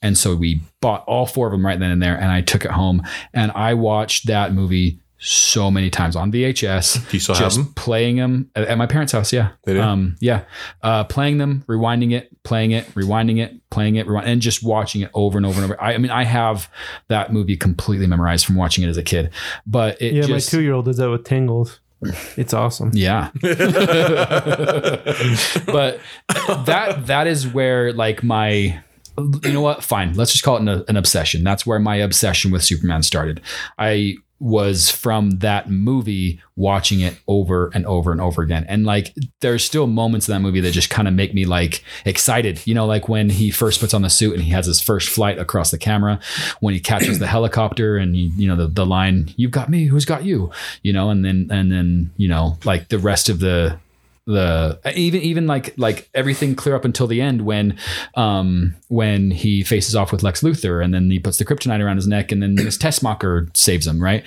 A: And so we bought all four of them right then and there, and I took it home and I watched that movie so many times on VHS.
B: [LAUGHS] Do [LAUGHS] you still have
A: just
B: them?
A: playing them at, at my parents' house. Yeah,
B: They do?
A: Um, yeah, uh, playing them, rewinding it, playing it, rewinding it, playing it, rewind, and just watching it over and over and over. I, I mean, I have that movie completely memorized from watching it as a kid. But it
C: Yeah,
A: just,
C: my two year old does that with [LAUGHS] Tangled. It's awesome.
B: [LAUGHS]
A: yeah. [LAUGHS] but that that is where like my you know what? Fine. Let's just call it an, an obsession. That's where my obsession with Superman started. I was from that movie watching it over and over and over again. And like there's still moments in that movie that just kind of make me like excited. You know, like when he first puts on the suit and he has his first flight across the camera, when he catches the helicopter and you, you know the, the line, you've got me, who's got you? You know, and then and then, you know, like the rest of the the uh, even even like like everything clear up until the end when um when he faces off with Lex Luthor and then he puts the kryptonite around his neck and then Miss Tessmacher saves him right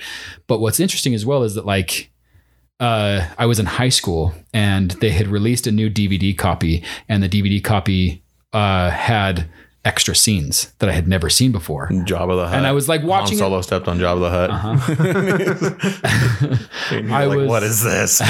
A: but what's interesting as well is that like uh I was in high school and they had released a new DVD copy and the DVD copy uh had extra scenes that I had never seen before
B: Jabba the Hutt.
A: and I was like watching
B: Han
A: it-
B: Solo stepped on Jabba the Hutt. And you're
A: I
B: like,
A: was-
B: what
A: [LAUGHS]
B: is this?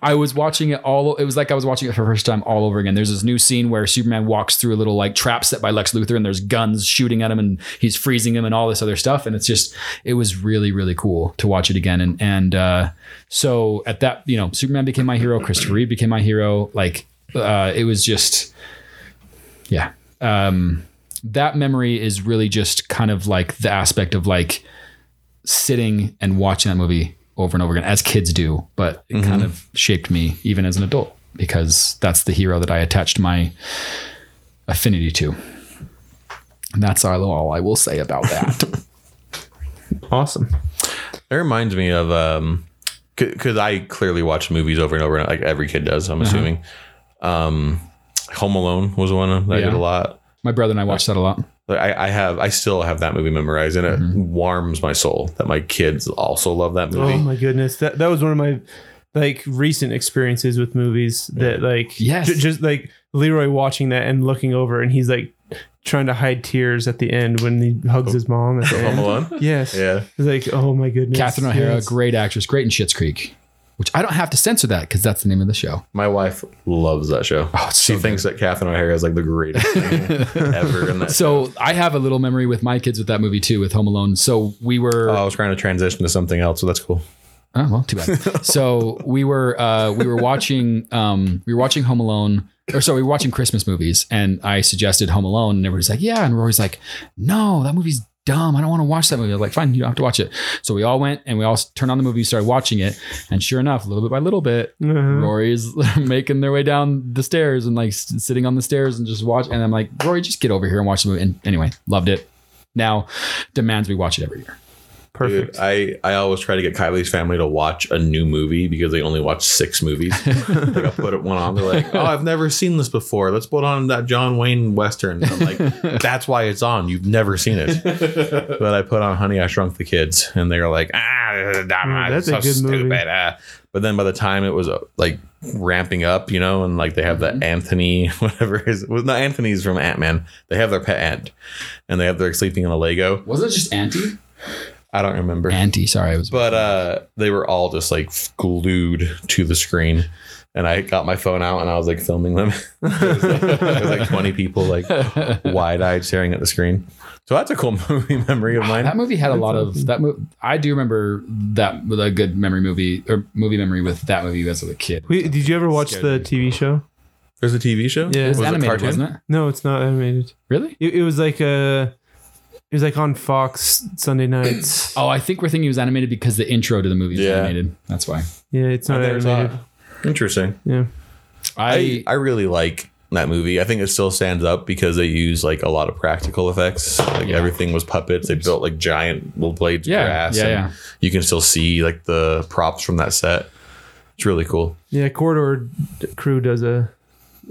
A: I was watching it all. It was like I was watching it for the first time all over again. There's this new scene where Superman walks through a little like trap set by Lex Luthor, and there's guns shooting at him, and he's freezing him, and all this other stuff. And it's just, it was really, really cool to watch it again. And and uh, so at that, you know, Superman became my hero. Christopher Reeve became my hero. Like uh, it was just, yeah. Um, that memory is really just kind of like the aspect of like sitting and watching that movie over and over again as kids do, but it
C: Mm-hmm.
A: kind of shaped me even as an adult because that's the hero that I attached my affinity to. And that's all, all I will say about
C: [LAUGHS]
A: that.
C: Awesome.
B: That reminds me of um, because I clearly watch movies over and over, like every kid does.
A: Uh-huh.
B: I'm assuming. Um, Home Alone was one that I did
A: Yeah.
B: a lot.
A: my brother and I watched that a lot.
B: Like, I, I have, I still have that movie memorized, and it
A: Mm-hmm.
B: warms my soul that my kids also love that movie.
C: Oh my goodness. That that was one of my like recent experiences with movies that like
A: Yes.
C: ju- just like Leroy watching that and looking over and he's like trying to hide tears at the end when he
A: Oh.
C: hugs his
A: [LAUGHS]
C: mom at the
B: Home
C: end.
B: Alone.
C: Yes.
B: Yeah.
C: He's like, oh my goodness.
A: Catherine O'Hara,
C: yes.
A: great actress, great in Schitt's Creek, which I don't have to censor that because that's the name of the show.
B: My wife loves that show.
A: Oh, it's
B: she
A: so
B: thinks that Catherine O'Hara is like the
A: [LAUGHS]
B: greatest thing ever. In that.
A: So I have a little memory with my kids with that movie too, with Home Alone. So we were.
B: Oh, I was trying to transition to something else, so that's cool.
A: Oh well, too bad. so we were uh, we were watching um, we were watching Home Alone, or sorry, we were watching Christmas movies, and I suggested Home Alone, and everybody's like, yeah, and Rory's like, no, that movie's dumb. I don't want to watch that movie. I was like, fine, you don't have to watch it. So we all went and we all s- turned on the movie, started watching it, and sure enough, little bit by little bit,
C: Uh-huh.
A: Rory's [LAUGHS] making their way down the stairs and like s- sitting on the stairs and just watch. And I'm like, Rory, just get over here and watch the movie. And anyway, loved it. Now demands we watch it every year.
C: Perfect.
B: Dude, I, I always try to get Kylie's family to watch a new movie because they only watch six
C: [LAUGHS]
B: movies. like I'll put one on. They're like, oh, I've never seen this before. Let's put on that John Wayne Western. I'm like,
C: [LAUGHS]
B: that's why it's on. You've never seen it. but I put on Honey, I Shrunk the Kids. And they're like, ah,
C: that's
B: that's
C: Mm, a good movie.
B: uh." But then by the time it was uh, like ramping up, you know, and like they have
C: Mm-hmm.
B: that Anthony, [LAUGHS] whatever his well, not Anthony's from Ant Man. They have their pet ant, and they have their sleeping in a Lego.
A: Wasn't it just Anti?
B: I don't remember.
A: Anti, sorry. I was
B: But uh, they were all just like glued to the screen. And I got my phone out and I was like filming them. [LAUGHS] it, was like, it was like 20 people like wide eyed staring at the screen. So that's a cool [LAUGHS] movie memory of mine.
A: That movie had a lot of that. Mo- I do remember that with a good memory movie or movie memory with that movie as a kid.
C: We, did you ever watch the
A: Scared
C: TV show?
B: There's a TV show?
C: Yeah. It
A: It was,
B: Was it
A: animated,
B: cartoon?
A: wasn't it?
C: No, it's not animated.
A: Really?
C: It, it was like a. It was like on Fox Sunday
A: [COUGHS]
C: nights.
A: Oh, I think we're thinking it was animated because the intro to the movie is
B: Yeah.
A: animated. That's why.
C: Yeah, it's not
B: There's
C: animated.
B: that. Interesting.
C: Yeah.
B: I,
A: I,
B: I really like that movie. I think it still stands up because they use like a lot of practical effects. Like
A: Yeah.
B: everything was puppets. They built like giant little blades
A: Yeah,
B: of grass.
A: yeah,
B: and
A: yeah.
B: You can still see like the props from that set. It's really cool.
C: Yeah, Corridor D- Crew does a,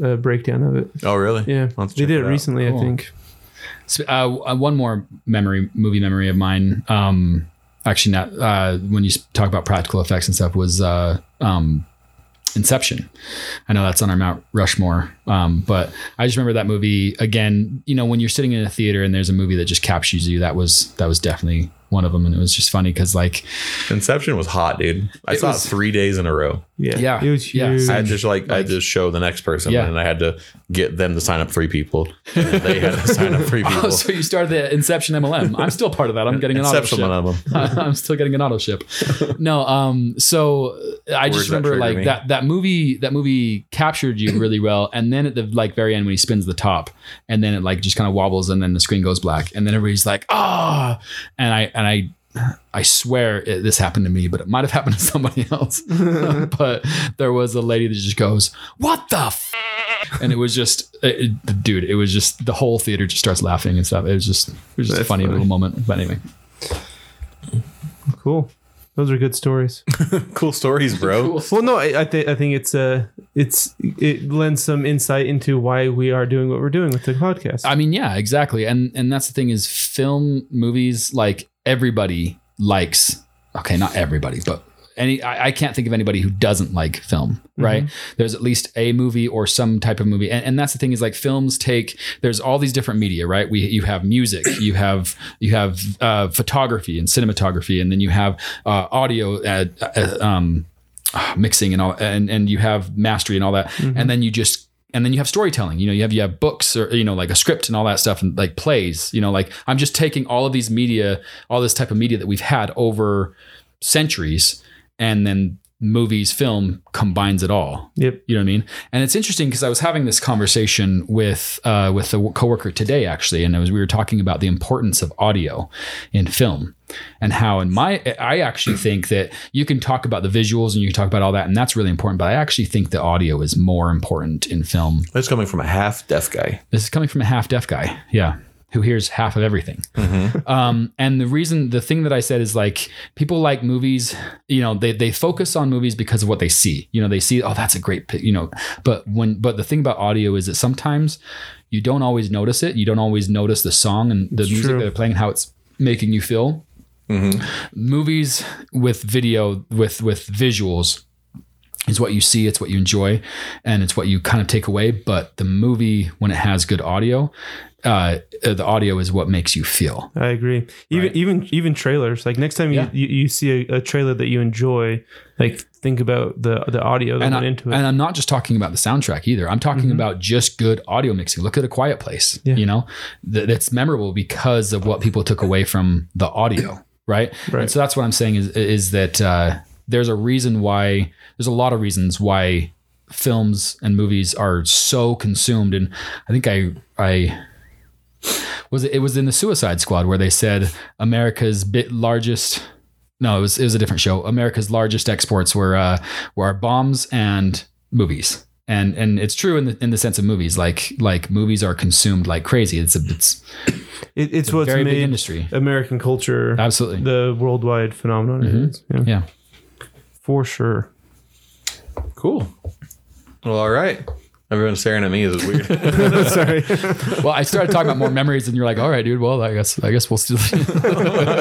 C: a breakdown of it.
B: Oh, really?
C: Yeah,
B: Let's
C: they
B: check
C: did
B: it
C: it
B: out.
C: recently,
A: Cool.
C: I think.
A: Sp- uh, uh, one more memory, movie memory of mine. Um, actually, not uh, when you s- talk about practical effects and stuff was uh, um, Inception. I know that's on our Mount Rushmore, um, but I just remember that movie again. You know, when you're sitting in a theater and there's a movie that just captures you, that was that was definitely one of them, and it was just funny because like
B: Inception was hot, dude. I
A: It
B: saw
A: was-
B: it Mm. three days in a row.
C: Yeah,
A: Yeah,
C: it was
A: yeah.
C: huge.
B: I had just like, I had to show the next person,
A: Yeah.
B: and I had to get them to sign up three people. And then they had [LAUGHS] to sign up three people.
A: oh, so you started the Inception MLM. I'm still part of that. I'm getting an
B: Inception
A: auto ship.
B: one of them.
A: [LAUGHS] I'm still getting an auto ship. No, um, so I
B: Words
A: just
B: that
A: remember
B: trigger
A: like
B: me.
A: that that movie that movie captured you really well, and then at the like very end when he spins the top, and then it like just kind of wobbles, and then the screen goes black, and then everybody's like ah, and I and I. I swear it, this happened to me, but it might have happened to somebody else. [LAUGHS] but there was a lady that just goes, "What the?" F-? And it was just, it, it- dude, it was just the whole theater just starts laughing and stuff. It was just, it was just a
C: That's
A: funny,
C: funny.
A: little moment. But anyway,
C: cool. Those are good stories.
B: Cool stories, bro.
C: well, no, I, I think I think it's uh, it's it lends some insight into why we are doing what we're doing with the podcast.
A: I mean, yeah, exactly. And and that's the thing is film movies like everybody likes. Okay, not everybody, but any I, I can't think of anybody who doesn't like film, right? There's at least a movie or some type of movie. And, and that's the thing is like films take there's all these different media, right? We you have music, you have you have uh, photography and cinematography, and then you have uh, audio uh, uh, um, ah, [SIGHS] mixing and all and and you have mastery and all that and then you just and then you have storytelling you know you have you have books or you know like a script and all that stuff and like plays you know like i'm just taking all of these media all this type of media that we've had over centuries and then movies film combines it all
C: Yep.
A: you know what I mean? And it's interesting because I was having this conversation with uh, with a coworker today actually, and it was we were talking about the importance of audio in film and how in my I actually think that you can talk about the visuals and you can talk about all that, and that's really important. But I actually think the audio is more important in film.
B: That's coming from a half deaf guy.
A: This is coming from a half deaf guy, yeah, who hears half of everything. Um, and the reason, the thing that I said is like people like movies. You know, they they focus on movies because of what they see. You know, they see, oh, that's a great, pic, you know. But when, but the thing about audio is that sometimes you don't always notice it. You don't always notice the song and the music
C: true.
A: that they're playing and how it's making you feel. Movies with video with with visuals is what you see, it's what you enjoy, and it's what you kind of take away. But the movie, when it has good audio, uh, the audio is what makes you feel.
C: I agree. Even
A: Right.
C: even even trailers. Like next time
A: Yeah.
C: you, you, you see a, a trailer that you enjoy, like think about the the audio that
A: And, I,
C: went into it. Mm-hmm.
A: and I'm not just talking about the soundtrack either. I'm talking about just good audio mixing. Look at A Quiet Place.
C: Yeah.
A: You know, Th- that's memorable because of what people took away from the audio, right?
C: Right.
A: And so that's what I'm saying is is that uh, there's a reason why there's a lot of reasons why films and movies are so consumed. And I think I I was it, it was in the Suicide Squad where they said America's bit largest. No, it was it was a different show. America's largest exports were uh, were our bombs and movies, and and it's true in the in the sense of movies. Like like movies are consumed like crazy. It's a it's
C: it, it's what's
A: very big
C: made
A: industry.
C: American culture
A: Absolutely. Mm-hmm.
C: the worldwide phenomenon. it is. Yeah,
A: yeah.
C: for sure.
B: [LAUGHS] Cool. Well, all right. Everyone's staring at me. This is [LAUGHS] weird.
C: Sorry.
A: Well, I started talking about more memories, and you're like, "All right, dude. Well, I guess I guess we'll still." [LAUGHS]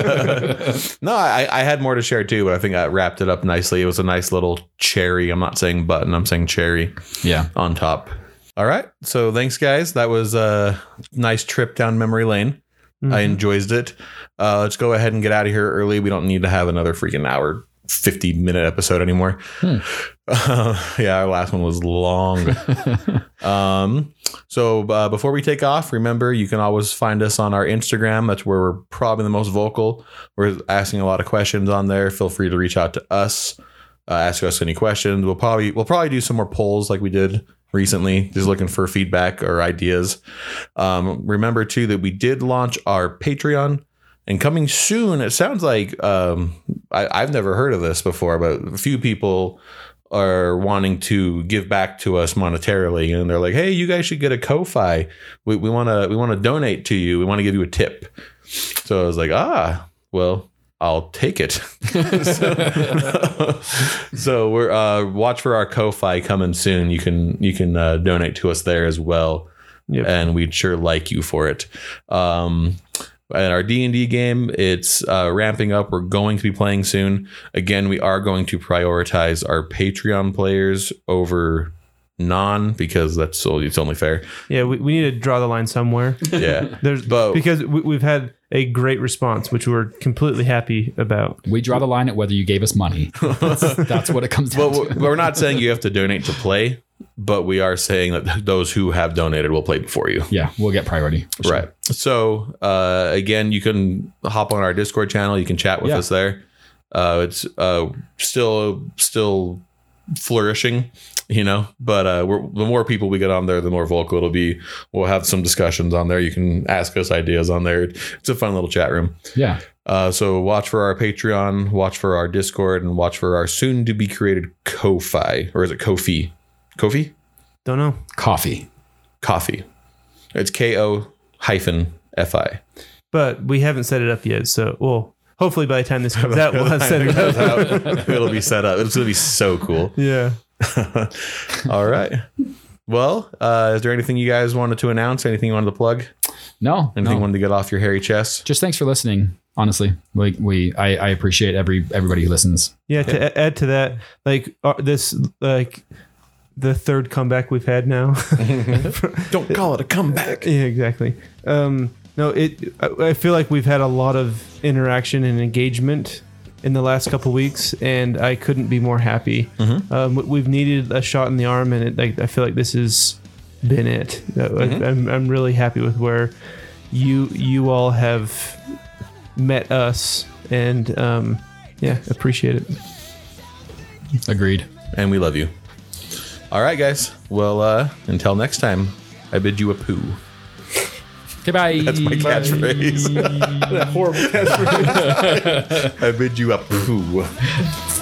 B: no, I, I had more to share too, but I think I wrapped it up nicely. It was a nice little cherry. I'm not saying button. I'm saying cherry
A: yeah.
B: on top. All right. So thanks, guys. That was a nice trip down memory lane. I
A: Mm-hmm.
B: enjoyed it. Uh, let's go ahead and get out of here early. We don't need to have another freaking hour, 50 minute episode anymore.
A: Hmm.
B: [LAUGHS] yeah, our last one
A: [LAUGHS]
B: was long. um, so uh, before we take off, remember you can always find us on our Instagram. That's where we're probably the most vocal. We're asking a lot of questions on there. Feel free to reach out to us, uh, ask us any questions. We'll probably we'll probably do some more polls like we did recently, just looking for feedback or ideas. Um, remember too that we did launch our Patreon. And coming soon, it sounds like um, I, I've never heard of this before, but a few people are wanting to give back to us monetarily, and they're like, "Hey, you guys should get a Ko-fi. We we want to we want to donate to you. We want to give you a tip." So I was like, "Ah, well." I'll take it. so, [LAUGHS] so we're uh, watch for our Ko-fi coming soon. You can you can uh, donate to us there as well
C: Yep.
B: and we'd sure like you for it. Um, and our D and D game, it's uh, ramping up. We're going to be playing soon. Again, we are going to prioritize our Patreon players over non because that's only, it's only fair.
C: Yeah, we, we need to draw the line somewhere. [LAUGHS]
B: Yeah,
C: There's
B: But-
C: because we, we've had a great response, which we're completely happy about.
A: We draw the line at whether you gave us money. That's, that's what it comes down
B: but
A: to.
B: we're- we're not saying you have to donate to play, but we are saying that those who have donated will play before you.
A: Yeah, we'll get priority.
B: Right. So uh, again, you can hop on our Discord channel. You can chat with
A: Yeah.
B: us there. Uh, it's uh, still still flourishing, you know. But uh, we're, the more people we get on there, the more vocal it'll be. We'll have some discussions on there. You can ask us ideas on there. It's a fun little chat room.
A: Yeah.
B: Uh, so watch for our Patreon, watch for our Discord, and watch for our soon to be created Ko-fi or is it Kofi? Kofi?
C: Don't know.
A: Coffee.
B: Coffee. It's K O hyphen F I.
C: But we haven't set it up yet. So, well, hopefully by the time this comes out, we'll have set it up.
B: out. [LAUGHS] It'll be set up. It's gonna be so cool.
C: Yeah.
B: All right. Well, uh, is there anything you guys wanted to announce? Anything you wanted to plug?
A: No.
B: Anything
A: no.
B: you wanted to get off your hairy chest?
A: Just thanks for listening. Honestly, like we, I, I appreciate every everybody who listens.
C: Yeah. To a- add to that, like uh, this, like the third comeback we've had now. [LAUGHS]
B: Don't call it a comeback.
C: Yeah, exactly. Um, no, it. I I feel like we've had a lot of interaction and engagement in the last couple weeks, and I couldn't be more happy. Um, we- we've needed a shot in the arm, and it, like, I feel like this has been it. Uh, I, I'm, I'm really happy with where you you all have met us, and um, yeah, appreciate it.
A: Agreed.
B: And we love you. All right, guys. Well, uh, until next time, I bid you a poo.
A: Okay, bye.
B: That's [LAUGHS] my [LAUGHS] catchphrase.
C: Horrible.
B: [LAUGHS] I bid you a poo.